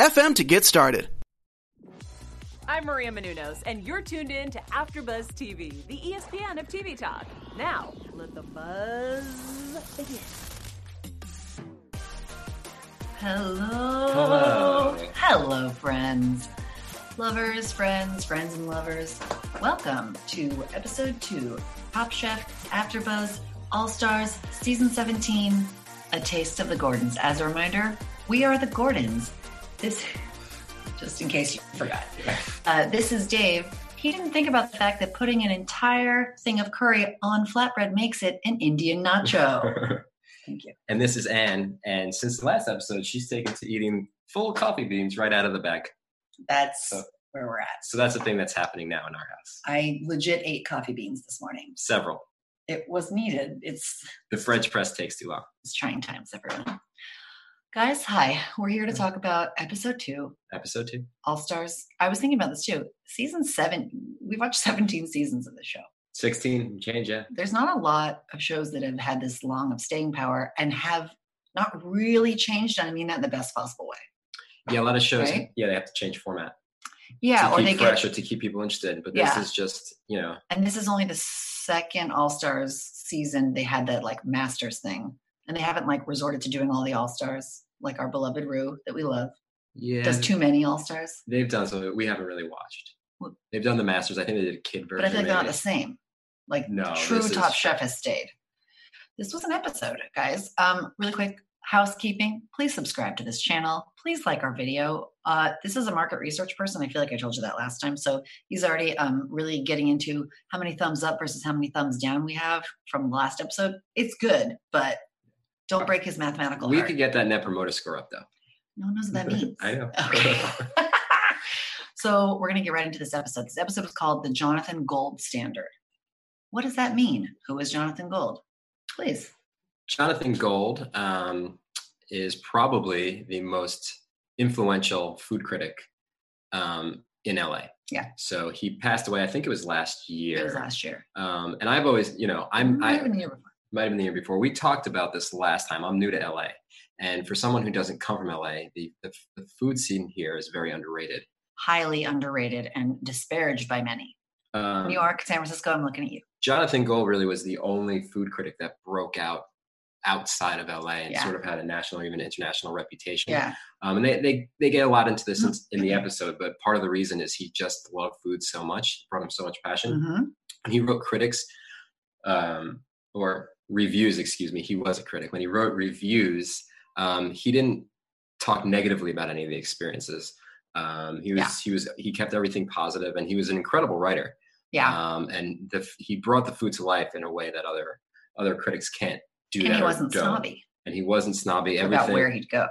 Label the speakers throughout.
Speaker 1: to get started.
Speaker 2: I'm Maria Menounos, and you're tuned in to AfterBuzz TV, the E ESPN of TV talk. Now, let the buzz begin.
Speaker 3: Hello. Hello. friends. Lovers, friends, friends, and lovers. Welcome to episode two Top Chef, AfterBuzz, All Stars, season 17 A Taste of the Gordons. As a reminder, we are the Gordons. This, just in case you forgot, uh, this is Dave. He didn't think about the fact that putting an entire thing of curry on flatbread makes it an Indian nacho. Thank you.
Speaker 4: and this is Anne. And since the last episode, she's taken to eating full coffee beans right out of the bag.
Speaker 3: That's
Speaker 4: So-
Speaker 3: where we're at.
Speaker 4: So that's a thing that's happening now in our house.
Speaker 3: I legit ate coffee beans this morning.
Speaker 4: Several.
Speaker 3: It was needed. It's
Speaker 4: The French press takes too long.
Speaker 3: it's trying times, everyone. Guys, hi. We're here to talk about episode two,
Speaker 4: Episode two.
Speaker 3: All Stars. I was thinking about this too. Season seven, we've watched 17 seasons of the show.
Speaker 4: 16 and change, yeah.
Speaker 3: There's not a lot of shows that have had this long of staying power and have not really changed. And I mean that in the best possible way.
Speaker 4: Yeah, a lot of shows,
Speaker 3: Right?
Speaker 4: yeah, they have to change format
Speaker 3: Yeah.
Speaker 4: to
Speaker 3: Or
Speaker 4: keep
Speaker 3: they
Speaker 4: fresh
Speaker 3: get,
Speaker 4: or to keep people interested. But
Speaker 3: Yeah.
Speaker 4: this is just, you know,
Speaker 3: and this is only the second All Stars season. They had that like Masters thing and they haven't like resorted to doing all the All Stars like our beloved Rue that we love.
Speaker 4: yeah.
Speaker 3: Does too many All Stars.
Speaker 4: They've done some of it we haven't really watched.
Speaker 3: Well-
Speaker 4: They've done the Masters. I think they did a kid version.
Speaker 3: but I feel like they're not
Speaker 4: maybe.
Speaker 3: the same. Like
Speaker 4: No,
Speaker 3: true
Speaker 4: this
Speaker 3: Top
Speaker 4: is-
Speaker 3: Chef has stayed. This was an episode, guys. Um, really quick housekeeping. Please subscribe to this channel. Please like our video. Uh, this is a market research person. I feel like I told you that last time. So he's already um, really getting into how many thumbs up versus how many thumbs down we have from the last episode. It's good, but don't break his mathematical
Speaker 4: We
Speaker 3: heart.
Speaker 4: could get that net promoter score up though.
Speaker 3: No one knows what that means.
Speaker 4: I know.
Speaker 3: Okay. so we're going to get right into this episode. This episode was called The Jonathan Gold Standard. What does that mean? Who is Jonathan Gold? Please.
Speaker 4: Jonathan Gold um, is probably the most influential food critic um, in LA.
Speaker 3: Yeah.
Speaker 4: So he passed away. I think it was last year.
Speaker 3: It was last year.
Speaker 4: um, and I've always, you know, I'm
Speaker 3: Might
Speaker 4: I
Speaker 3: have been the year before.
Speaker 4: might have been the year before. We talked about this last time. I'm new to LA, and for someone who doesn't come from LA, the the, the food scene here is very underrated.
Speaker 3: Highly underrated and disparaged by many.
Speaker 4: Um,
Speaker 3: New York, San Francisco, I'm looking at you.
Speaker 4: Jonathan Gold really was the only food critic that broke out outside of LA and
Speaker 3: Yeah.
Speaker 4: sort of had a national or even international reputation.
Speaker 3: Yeah.
Speaker 4: Um, and they, they, they get a lot into this in, in the
Speaker 3: Mhm.
Speaker 4: episode, but part of the reason is he just loved food so much, brought him so much passion.
Speaker 3: hmm
Speaker 4: When he wrote critics um, or reviews, excuse me, he was a critic. When he wrote reviews, um, he didn't talk negatively about any of the experiences. Um, he was
Speaker 3: Yeah.
Speaker 4: he was he kept everything positive, and he was an incredible writer.
Speaker 3: Yeah.
Speaker 4: Um, and the, f- he brought the food to life in a way that other other critics can't do.
Speaker 3: and
Speaker 4: that
Speaker 3: he
Speaker 4: or
Speaker 3: wasn't
Speaker 4: don't.
Speaker 3: snobby
Speaker 4: And he wasn't snobby. Everything
Speaker 3: about where he'd go.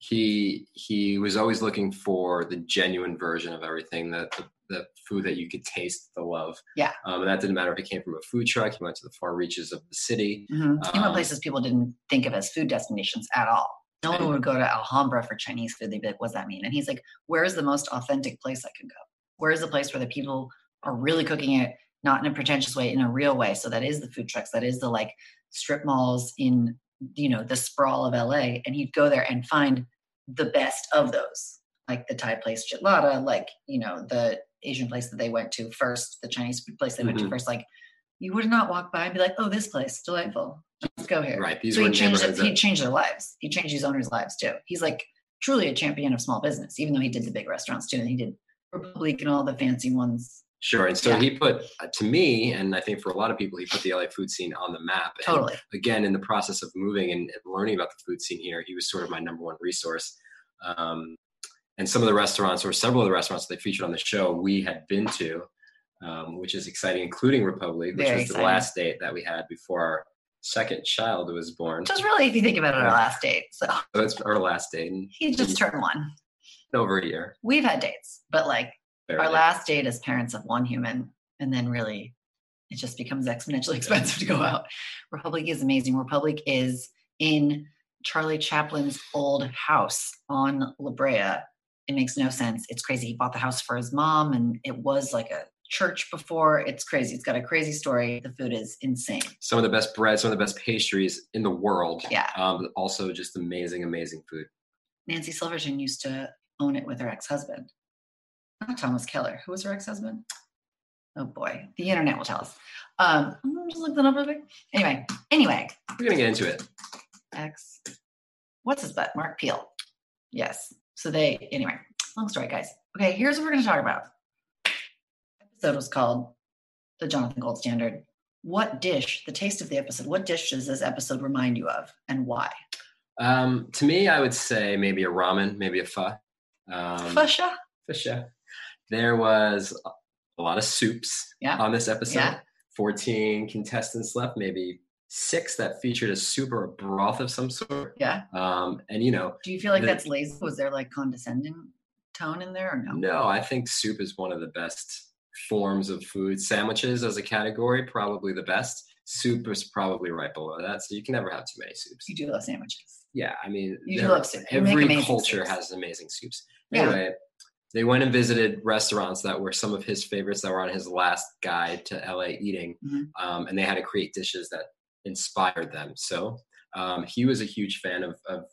Speaker 4: he he was always looking for the genuine version of everything the the, the food that you could taste the love
Speaker 3: Yeah.
Speaker 4: um, and that didn't matter if it came from a food truck he went to the far reaches of the city
Speaker 3: Mhm. he went
Speaker 4: Um,
Speaker 3: places people didn't think of as food destinations at all. No one
Speaker 4: And-
Speaker 3: would go to Alhambra for Chinese food. They'd be like, "What's that mean?" And he's like, "Where is the most authentic place I can go? Where is the place where the people are really cooking it, not in a pretentious way, in a real way?" So that is the food trucks. That is the like strip malls in you know the sprawl of LA. And he'd go there and find the best of those, like the Thai place Chitlada, like you know the Asian place that they went to first, the Chinese food place they went to
Speaker 4: Mhm.
Speaker 3: first, like you would not walk by and be like, "Oh, this place, delightful. Let's go here."
Speaker 4: right these
Speaker 3: so
Speaker 4: were
Speaker 3: he changed.
Speaker 4: neighborhoods
Speaker 3: It, he
Speaker 4: that,
Speaker 3: changed their lives. He changed his owners' lives too. He's like truly a champion of small business, even though he did the big restaurants too, and he did Republic and all the fancy ones.
Speaker 4: sure and so
Speaker 3: yeah.
Speaker 4: he put uh, to me and i think for a lot of people he put the la food scene on the map And
Speaker 3: Totally.
Speaker 4: again in the process of moving and, and learning about the food scene here he was sort of my number one resource um, and some of the restaurants or several of the restaurants they featured on the show we had been to um, which is exciting including republic which
Speaker 3: Very
Speaker 4: was the
Speaker 3: exciting.
Speaker 4: last date that we had before our second child was born
Speaker 3: Just really, if you think about it, our
Speaker 4: Yeah.
Speaker 3: last date. So
Speaker 4: so it's our last date and
Speaker 3: he just turned one.
Speaker 4: over a year.
Speaker 3: We've had dates, but like our
Speaker 4: barely.
Speaker 3: last date as parents of one human, and then really it just becomes exponentially expensive to go out. Republic is amazing. Republic is in Charlie Chaplin's old house on La Brea. It makes no sense. It's crazy. He bought the house for his mom, and it was like a church before. It's crazy. It's got a crazy story. The food is insane.
Speaker 4: some of the best bread, some of the best pastries in the world.
Speaker 3: Yeah.
Speaker 4: Um, also, just amazing, amazing food.
Speaker 3: Nancy Silverton used to own it with her ex husband. Not Thomas Keller. Who was her ex husband? Oh boy, the internet will tell us. Um, I'm just look that up real quick. Anyway, anyway,
Speaker 4: We're gonna get into it.
Speaker 3: ex, what's his butt? Mark Peel. Yes. So they, anyway, long story, guys. Okay, here's what we're going to talk about. Episode was called The Jonathan Gold Standard. What dish, the taste of the episode, what dish does this episode remind you of and why?
Speaker 4: Um, to me, I would say maybe a ramen, maybe a pho. Um,
Speaker 3: Fusha?
Speaker 4: for sure. There was a lot of soups
Speaker 3: Yeah.
Speaker 4: on this episode.
Speaker 3: Yeah.
Speaker 4: 14 contestants left, maybe six that featured a soup or a broth of some sort.
Speaker 3: Yeah.
Speaker 4: Um, and you know,
Speaker 3: Do you feel like
Speaker 4: The-
Speaker 3: that's lazy? Was there like condescending tone in there or no?
Speaker 4: no, I think soup is one of the best forms of food. Sandwiches as a category, probably the best. Soup is probably right below that. So you can never have too many soups.
Speaker 3: You do love sandwiches.
Speaker 4: yeah, I mean,
Speaker 3: You
Speaker 4: there-
Speaker 3: love soup. You make
Speaker 4: every
Speaker 3: amazing
Speaker 4: culture
Speaker 3: soups.
Speaker 4: has amazing soups.
Speaker 3: Yeah.
Speaker 4: Anyway, they went and visited restaurants that were some of his favorites that were on his last guide to LA eating,
Speaker 3: Mhm.
Speaker 4: um, and they had to create dishes that inspired them. So um, he was a huge fan of, of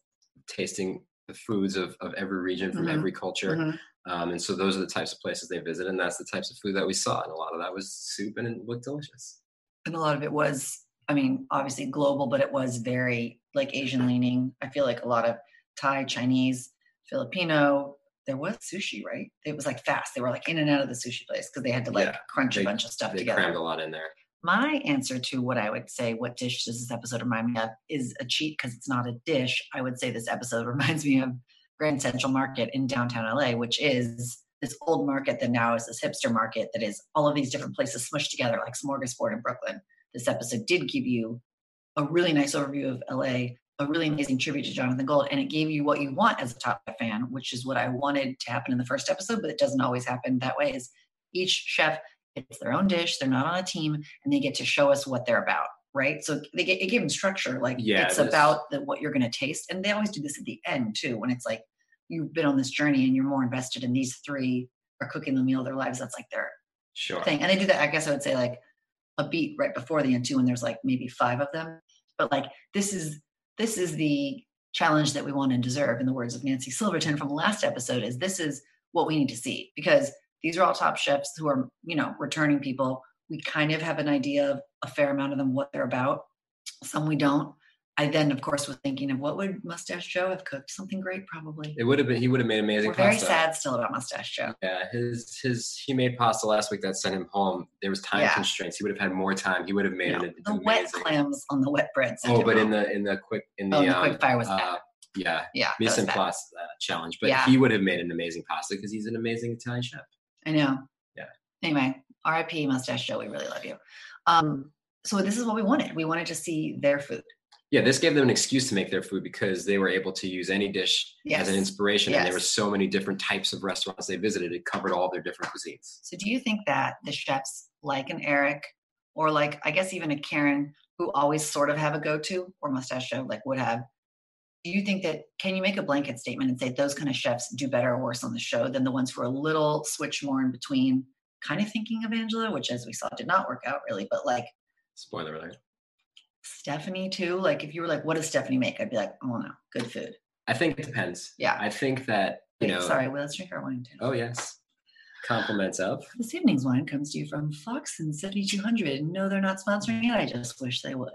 Speaker 4: tasting the foods of, of every region from
Speaker 3: Mhm.
Speaker 4: every culture.
Speaker 3: Mhm.
Speaker 4: Um, and so those are the types of places they visited, and that's the types of food that we saw. And a lot of that was soup, and it looked delicious.
Speaker 3: And a lot of it was, I mean, obviously global, but it was very like Asian leaning. I feel like a lot of Thai, Chinese, Filipino. There was sushi, right? It was like fast. They were like in and out of the sushi place because they had to like
Speaker 4: Yeah.
Speaker 3: crunch
Speaker 4: They-
Speaker 3: a bunch of stuff
Speaker 4: They
Speaker 3: together.
Speaker 4: crammed a lot in there.
Speaker 3: My answer to what I would say, what dish does this episode remind me of, is a cheat because it's not a dish. I would say this episode reminds me of Grand Central Market in downtown LA, which is this old market that now is this hipster market that is all of these different places smushed together like smorgasbord in Brooklyn. This episode did give you a really nice overview of LA, a really amazing tribute to Jonathan Gold, and it gave you what you want as a top Chef fan, which is what I wanted to happen in the first episode, but it doesn't always happen that way. Is each chef it's their own dish, they're not on a team, and they get to show us what they're about, right? So they get it gave them structure, like
Speaker 4: Yeah,
Speaker 3: it's
Speaker 4: it is.
Speaker 3: about the, what you're going to taste, and they always do this at the end too, when it's like you've been on this journey and you're more invested in these three are cooking the meal of their lives. That's like their
Speaker 4: Sure.
Speaker 3: thing. And they do that, I guess I would say like a beat right before the end too, when there's like maybe five of them. But like this is this is the challenge that we want and deserve, in the words of Nancy Silverton from the last episode, is this is what we need to see because these are all top chefs who are, you know, returning people. We kind of have an idea of a fair amount of them, what they're about. Some we don't. I then, of course, was thinking of what would Mustache Joe have cooked? Something great, probably.
Speaker 4: It would have been. He would have made amazing
Speaker 3: We're very
Speaker 4: pasta.
Speaker 3: sad still about Mustache Joe.
Speaker 4: Yeah, his his he made pasta last week that sent him home. There was time
Speaker 3: Yeah.
Speaker 4: constraints. He would have had more time. He would have made
Speaker 3: No,
Speaker 4: it
Speaker 3: the
Speaker 4: amazing.
Speaker 3: wet clams on the wet bread. sent
Speaker 4: Oh,
Speaker 3: him
Speaker 4: but in
Speaker 3: home.
Speaker 4: the in the quick in the,
Speaker 3: oh, the
Speaker 4: um,
Speaker 3: quick fire was bad.
Speaker 4: uh, yeah
Speaker 3: Yeah, that
Speaker 4: mise
Speaker 3: was
Speaker 4: en
Speaker 3: bad.
Speaker 4: place uh, challenge. But
Speaker 3: Yeah.
Speaker 4: he would have made an amazing pasta because he's an amazing Italian chef.
Speaker 3: I know.
Speaker 4: Yeah.
Speaker 3: Anyway, RIP Mustache Joe, we really love you. Um, so this is what we wanted. We wanted to see their food.
Speaker 4: Yeah, this gave them an excuse to make their food because they were able to use any dish as
Speaker 3: Yes.
Speaker 4: an inspiration, and there were
Speaker 3: Yes.
Speaker 4: so many different types of restaurants they visited. It covered all their different cuisines.
Speaker 3: So do you think that the chefs like an Eric or like I guess even a Karen who always sort of have a go-to or Mustache Joe like would have? Do you think that can you make a blanket statement and say those kind of chefs do better or worse on the show than the ones who are a little switch more in between, kind of thinking of Angela, which as we saw did not work out really, but like
Speaker 4: Spoiler alert.
Speaker 3: Stephanie too. Like if you were like, what does Stephanie make? I'd be like, oh no, good food.
Speaker 4: I think it depends.
Speaker 3: Yeah.
Speaker 4: I think that you
Speaker 3: Wait,
Speaker 4: know.
Speaker 3: sorry, well, let's drink our wine too.
Speaker 4: Oh yes, compliments of.
Speaker 3: This evening's wine comes to you from Fox and 7200. No, they're not sponsoring it. I just wish they would.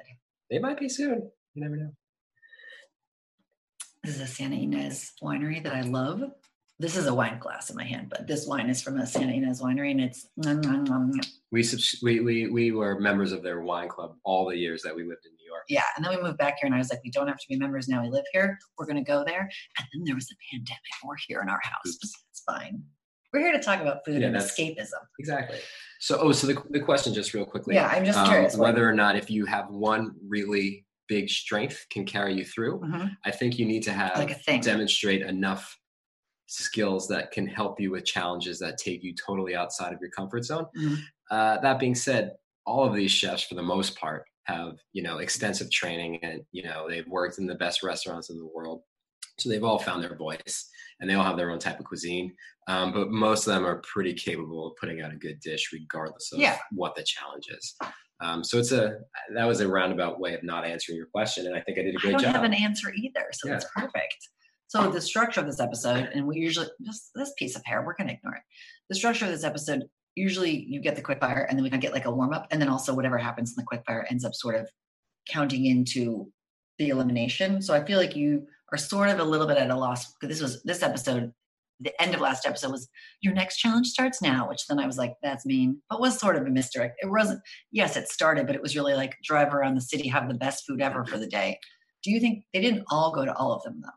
Speaker 4: They might be soon. You never know.
Speaker 3: This is a Santa Ynez winery that I love. This is a wine glass in my hand, but this wine is from a Santa Ynez winery and it's nom, nom, nom, nom.
Speaker 4: We, subs- we we we were members of their wine club all the years that we lived in New York.
Speaker 3: yeah. And then we moved back here and I was like, we don't have to be members now. We live here. We're gonna go there. And then there was the pandemic. We're here in our house.
Speaker 4: Oops.
Speaker 3: It's fine. We're here to talk about food
Speaker 4: Yeah,
Speaker 3: and
Speaker 4: that's-
Speaker 3: escapism.
Speaker 4: Exactly. So oh, so the the question just real quickly.
Speaker 3: Yeah, I'm just
Speaker 4: um,
Speaker 3: curious. what-
Speaker 4: whether or not if you have one really big strength can carry you through.
Speaker 3: Mhm.
Speaker 4: I think you need to have
Speaker 3: like a thing.
Speaker 4: demonstrate enough skills that can help you with challenges that take you totally outside of your comfort zone.
Speaker 3: Mhm.
Speaker 4: Uh, that being said, all of these chefs, for the most part, have you know extensive training, and you know they've worked in the best restaurants in the world, so they've all found their voice, and they all have their own type of cuisine. Um, but most of them are pretty capable of putting out a good dish, regardless of
Speaker 3: Yeah.
Speaker 4: what the challenge is. Um, so it's a that was a roundabout way of not answering your question, and I think I did a
Speaker 3: I
Speaker 4: great
Speaker 3: don't
Speaker 4: job.
Speaker 3: have an answer either, so
Speaker 4: Yeah.
Speaker 3: that's perfect. So the structure of this episode, and we usually just this piece of hair, we're gonna ignore it. The structure of this episode, usually you get the quick fire, and then we can get like a warm up, and then also whatever happens in the quick fire ends up sort of counting into the elimination. So I feel like you are sort of a little bit at a loss. 'cause This was this episode, the end of last episode was your next challenge starts now, which then I was like, that's mean, but was sort of a misdirect. It wasn't. Yes, it started, but it was really like drive around the city, have the best food ever for the day. Do you think they didn't all go to all of them though?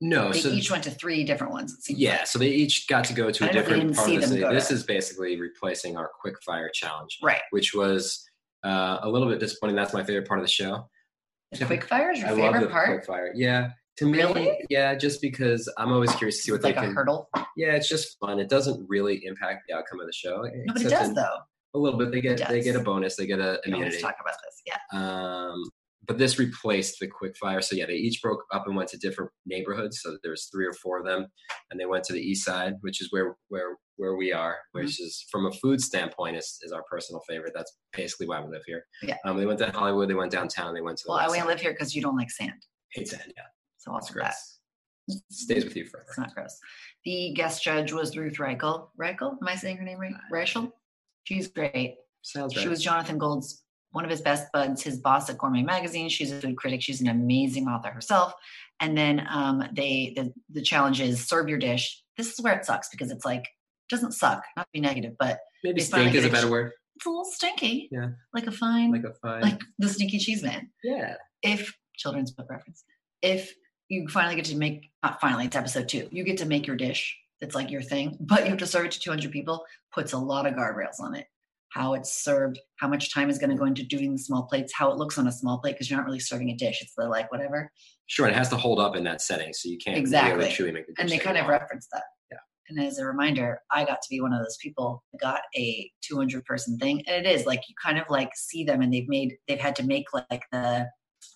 Speaker 4: no,
Speaker 3: They
Speaker 4: Oh, so
Speaker 3: each went to three different ones. It seems.
Speaker 4: Yeah, so they each got to go to
Speaker 3: I
Speaker 4: a
Speaker 3: don't know if we
Speaker 4: different
Speaker 3: didn't
Speaker 4: part
Speaker 3: see
Speaker 4: of the
Speaker 3: them
Speaker 4: city.
Speaker 3: go to
Speaker 4: This
Speaker 3: it.
Speaker 4: is basically replacing our quick fire challenge,
Speaker 3: right.
Speaker 4: which was uh, a little bit disappointing. That's my favorite part of the show.
Speaker 3: The
Speaker 4: Yeah.
Speaker 3: quick fire is your
Speaker 4: I love the
Speaker 3: favorite part.
Speaker 4: quick fire. Yeah, to me,
Speaker 3: Really?
Speaker 4: yeah, just because I'm always curious to see what
Speaker 3: It's like
Speaker 4: they
Speaker 3: a
Speaker 4: can.
Speaker 3: hurdle.
Speaker 4: Yeah, it's just fun. It doesn't really impact the outcome of the show.
Speaker 3: No, but it
Speaker 4: except
Speaker 3: does
Speaker 4: in-
Speaker 3: though.
Speaker 4: A little bit. They get they
Speaker 3: does.
Speaker 4: get a bonus. They get a
Speaker 3: We always
Speaker 4: immunity.
Speaker 3: talk about this. Yeah.
Speaker 4: Um, but this replaced the quick fire. So yeah, they each broke up and went to different neighborhoods. So there's three or four of them, and they went to the east side, which is where where where we are,
Speaker 3: Mm-hmm.
Speaker 4: which is from a food standpoint is is our personal favorite. That's basically why we live here.
Speaker 3: Yeah.
Speaker 4: Um, they went to Hollywood. They went downtown. They went to the.
Speaker 3: Well, I
Speaker 4: west
Speaker 3: only
Speaker 4: side.
Speaker 3: live here because you don't like sand.
Speaker 4: Hates it, Yeah,
Speaker 3: So I'll
Speaker 4: it's
Speaker 3: that.
Speaker 4: gross. Stays with you forever.
Speaker 3: It's not gross. The guest judge was Ruth Reichel. Reichel? Am I saying her name right? Reichel? She's great.
Speaker 4: Sounds right.
Speaker 3: She was Jonathan Gold's one of his best buds, his boss at Gourmet Magazine. She's a food critic. She's an amazing author herself. And then um, they the, the challenge is serve your dish. This is where it sucks because it's like doesn't suck, not to be negative, but
Speaker 4: Maybe
Speaker 3: it's not like
Speaker 4: stink is a
Speaker 3: it-
Speaker 4: better word.
Speaker 3: it's a little stinky.
Speaker 4: Yeah.
Speaker 3: like a fine,
Speaker 4: Like
Speaker 3: like,
Speaker 4: a fine.
Speaker 3: the sneaky cheese man.
Speaker 4: yeah.
Speaker 3: If children's book reference, if you finally get to make not finally, it's episode two. You get to make your dish. It's like your thing, but you have to serve it to 200 people. Puts a lot of guardrails on it. how it's served, how much time is going to go into doing the small plates, how it looks on a small plate, because you're not really serving a dish. It's the like whatever.
Speaker 4: Sure. And it has to hold up in that setting, so you can't
Speaker 3: Exactly.
Speaker 4: really truly make the
Speaker 3: And
Speaker 4: dish
Speaker 3: they
Speaker 4: that you
Speaker 3: kind of
Speaker 4: want.
Speaker 3: reference that.
Speaker 4: Yeah.
Speaker 3: And as a reminder, I got to be one of those people that got a 200 person thing. And it is like you kind of like see them and they've made, they've had to make like the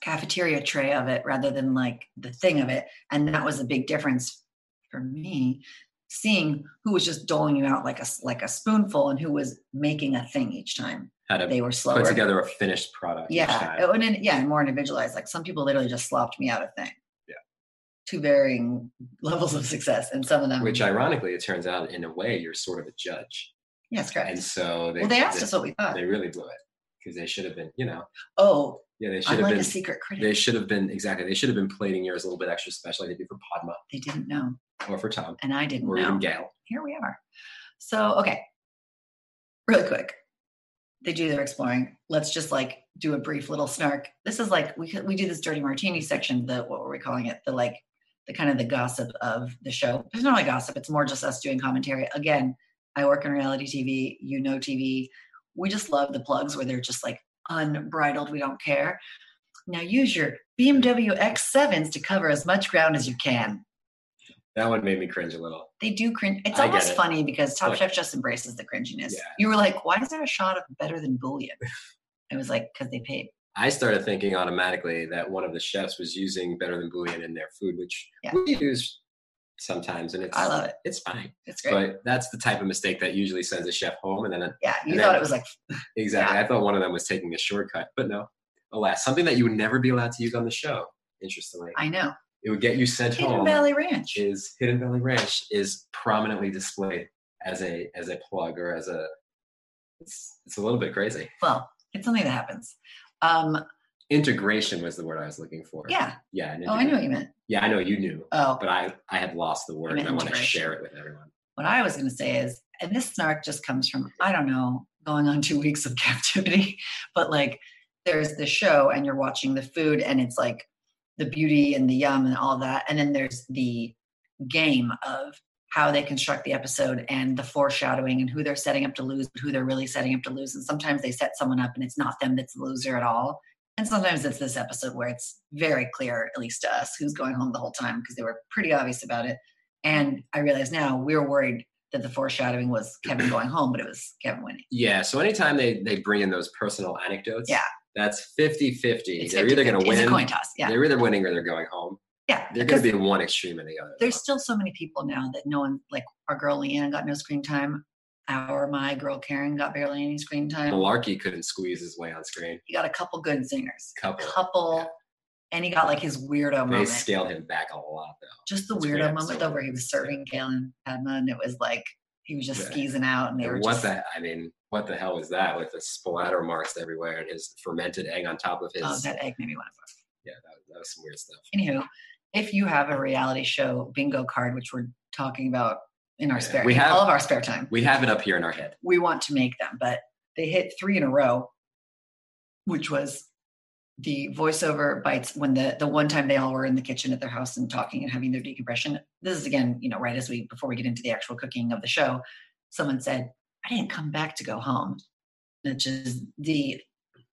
Speaker 3: cafeteria tray of it rather than like the thing of it. And that was a big difference for me seeing who was just doling you out like a, s- like a spoonful and who was making a thing each time.
Speaker 4: had to
Speaker 3: They were slower.
Speaker 4: put together a finished product. each
Speaker 3: Yeah.
Speaker 4: time.
Speaker 3: It, and then- yeah. And more individualized. Like some people literally just slopped me out of thing.
Speaker 4: Yeah.
Speaker 3: To varying levels of success. And some of them.
Speaker 4: which ironically it turns out in a way you're sort of a judge
Speaker 3: Yes, correct.
Speaker 4: and so they,
Speaker 3: well, they asked
Speaker 4: they,
Speaker 3: us what we thought.
Speaker 4: they really blew it because they should have been you know
Speaker 3: oh,
Speaker 4: yeah they
Speaker 3: I'm
Speaker 4: should have
Speaker 3: like
Speaker 4: been
Speaker 3: a secret critic.
Speaker 4: they should have been exactly they should have been plating yours a little bit extra special like they do for padma
Speaker 3: They didn't know.
Speaker 4: or for tom
Speaker 3: And I didn't
Speaker 4: or
Speaker 3: know.
Speaker 4: even gail
Speaker 3: Here we are. So, okay. Really quick. They do their exploring. Let's just like do a brief little snark. This is like we could- we do this dirty martini section. The what were we calling it? The like the kind of the gossip of the show. It's not really gossip. It's more just us doing commentary. Again, I work in reality TV. You know TV. We just love the plugs where they're just like unbridled. We don't care. Now use your BMW X7s to cover as much ground as you can
Speaker 4: that one made me cringe a little
Speaker 3: they do cringe. It's
Speaker 4: I get
Speaker 3: almost
Speaker 4: it.
Speaker 3: funny because Top
Speaker 4: Look.
Speaker 3: Chef just embraces the cringiness.
Speaker 4: Yeah.
Speaker 3: You were like, why is there a shot of better than bullion? I was like, because they paid.
Speaker 4: i started thinking automatically that one of the chefs was using better than bouillon in their food which
Speaker 3: Yeah.
Speaker 4: we use sometimes and it's
Speaker 3: I love it.
Speaker 4: it's fine
Speaker 3: It's great.
Speaker 4: but that's the type of mistake that usually sends a chef home and then
Speaker 3: yeah, you
Speaker 4: and
Speaker 3: thought
Speaker 4: then-
Speaker 3: it was like,
Speaker 4: Exactly. I thought one of them was taking a shortcut, but no. Alas, something that you would never be allowed to use on the show, interestingly.
Speaker 3: I know.
Speaker 4: it would get you sent
Speaker 3: Hidden
Speaker 4: home
Speaker 3: Valley Ranch.
Speaker 4: is Hidden Valley Ranch is prominently displayed as a as a plug or as a it's it's a little bit crazy.
Speaker 3: Well, it's something that happens. Um,
Speaker 4: Integration was the word I was looking for.
Speaker 3: yeah.
Speaker 4: Yeah. an
Speaker 3: Oh, I knew
Speaker 4: integra-
Speaker 3: what you meant.
Speaker 4: Yeah, I know you knew.
Speaker 3: Oh,
Speaker 4: But I I had lost the word
Speaker 3: meant
Speaker 4: and I want to
Speaker 3: integration.
Speaker 4: share it with everyone.
Speaker 3: what I was going to say is, and this snark just comes from, I don't know, going on two weeks of captivity, but like there's the show and you're watching the food and it's like the beauty and the yum and all that. And then there's the game of how they construct the episode and the foreshadowing and who they're setting up to lose, but who they're really setting up to lose. And sometimes they set someone up and it's not them that's the loser at all. And sometimes it's this episode where it's very clear, at least to us, who's going home the whole time because they were pretty obvious about it. And I realize now we're worried that the foreshadowing was Kevin going home, but it was Kevin winning.
Speaker 4: Yeah. So anytime they they bring in those personal anecdotes,
Speaker 3: Yeah.
Speaker 4: that's 50 50.
Speaker 3: It's
Speaker 4: They're either going
Speaker 3: 50-50.
Speaker 4: to win.
Speaker 3: It's a coin toss. Yeah.
Speaker 4: They're either winning or they're going home.
Speaker 3: Yeah.
Speaker 4: They're going
Speaker 3: because
Speaker 4: to be one extreme or the other.
Speaker 3: there's still so many people now that no one, like our girl Leanne got no screen time. Our, my girl Karen got barely any screen time.
Speaker 4: Malarkey couldn't squeeze his way on screen.
Speaker 3: He got a couple good singers,
Speaker 4: Couple.
Speaker 3: couple,
Speaker 4: Yeah.
Speaker 3: and he got like his weirdo
Speaker 4: They
Speaker 3: moment.
Speaker 4: scaled him back a lot, though.
Speaker 3: just the
Speaker 4: It's
Speaker 3: weirdo
Speaker 4: great
Speaker 3: moment
Speaker 4: episode.
Speaker 3: though where he was serving Galen Padma and it was like he was just
Speaker 4: Yeah.
Speaker 3: skeezing out and they were
Speaker 4: And what
Speaker 3: just
Speaker 4: the? I mean, what the hell was that with the splatter marks everywhere and his fermented egg on top of his?
Speaker 3: oh that egg made me want to barf.
Speaker 4: yeah, that, that was some weird stuff.
Speaker 3: Anywho, if you have a reality show bingo card, which we're talking about in our
Speaker 4: Yeah,
Speaker 3: spare
Speaker 4: we have-
Speaker 3: all of our spare time,
Speaker 4: We have it up here in our head.
Speaker 3: we want to make them, but they hit three in a row, which was the voiceover bites when the the one time they all were in the kitchen at their house and talking and having their decompression. This is again, you know, right as we before we get into the actual cooking of the show, someone said, "I didn't come back to go home," which is the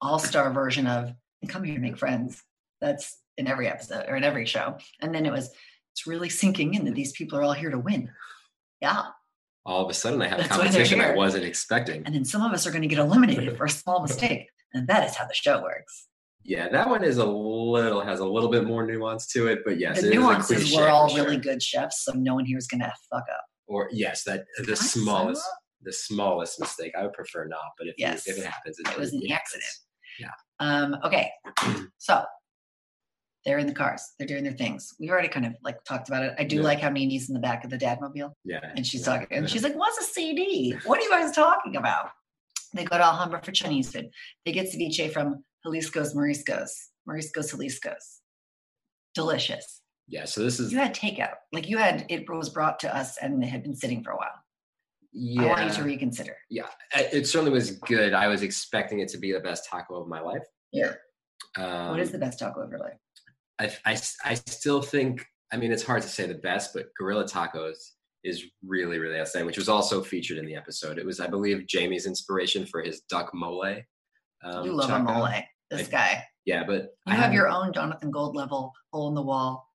Speaker 3: all star version of "Come here, and make friends." That's in every episode or in every show. And then it was, it's really sinking in that these people are all here to win. Yeah.
Speaker 4: All of a sudden, I have
Speaker 3: That's why they're
Speaker 4: competition I
Speaker 3: here.
Speaker 4: wasn't expecting.
Speaker 3: and then some of us are going to get eliminated for a small mistake and that is how the show works
Speaker 4: Yeah, that one is a little has a little bit more nuance to it, but yes,
Speaker 3: the
Speaker 4: it is a
Speaker 3: nuance is
Speaker 4: cliche
Speaker 3: we're all
Speaker 4: for sure.
Speaker 3: really good chefs so no one here is going to fuck up
Speaker 4: Or yes, that the
Speaker 3: I sum
Speaker 4: smallest
Speaker 3: up?
Speaker 4: the smallest mistake. I would prefer not, but if
Speaker 3: Yes.
Speaker 4: you, if it happens,
Speaker 3: It was an
Speaker 4: happens.
Speaker 3: um, okay so they're in the cars they're doing their things we already kind of like talked about it i do
Speaker 4: Yeah.
Speaker 3: like how Nene's in the back of the dad mobile
Speaker 4: Yeah,
Speaker 3: and she's talking and she's like what's a cd what are you guys talking about they go to alhambra for chinese food they get ceviche from jalisco's mariscos mariscos jalisco's delicious
Speaker 4: yeah. So this is
Speaker 3: You had takeout. Like you had it was brought to us and it had been sitting for a while.
Speaker 4: yeah.
Speaker 3: I want you to reconsider.
Speaker 4: I- it certainly was good. I was expecting it to be the best taco of my life.
Speaker 3: Yeah.
Speaker 4: Um,
Speaker 3: what is the best taco of your life?
Speaker 4: I, I s- I still think, I mean, it's hard to say the best, but Gorilla Tacos is really, really outstanding, which was also featured in the episode. It was, I believe, Jamie's inspiration for his duck mole. Um,
Speaker 3: you love a
Speaker 4: taco.
Speaker 3: mole. This
Speaker 4: I- um,
Speaker 3: guy.
Speaker 4: Yeah, but
Speaker 3: You have your own Jonathan Gold level hole in the wall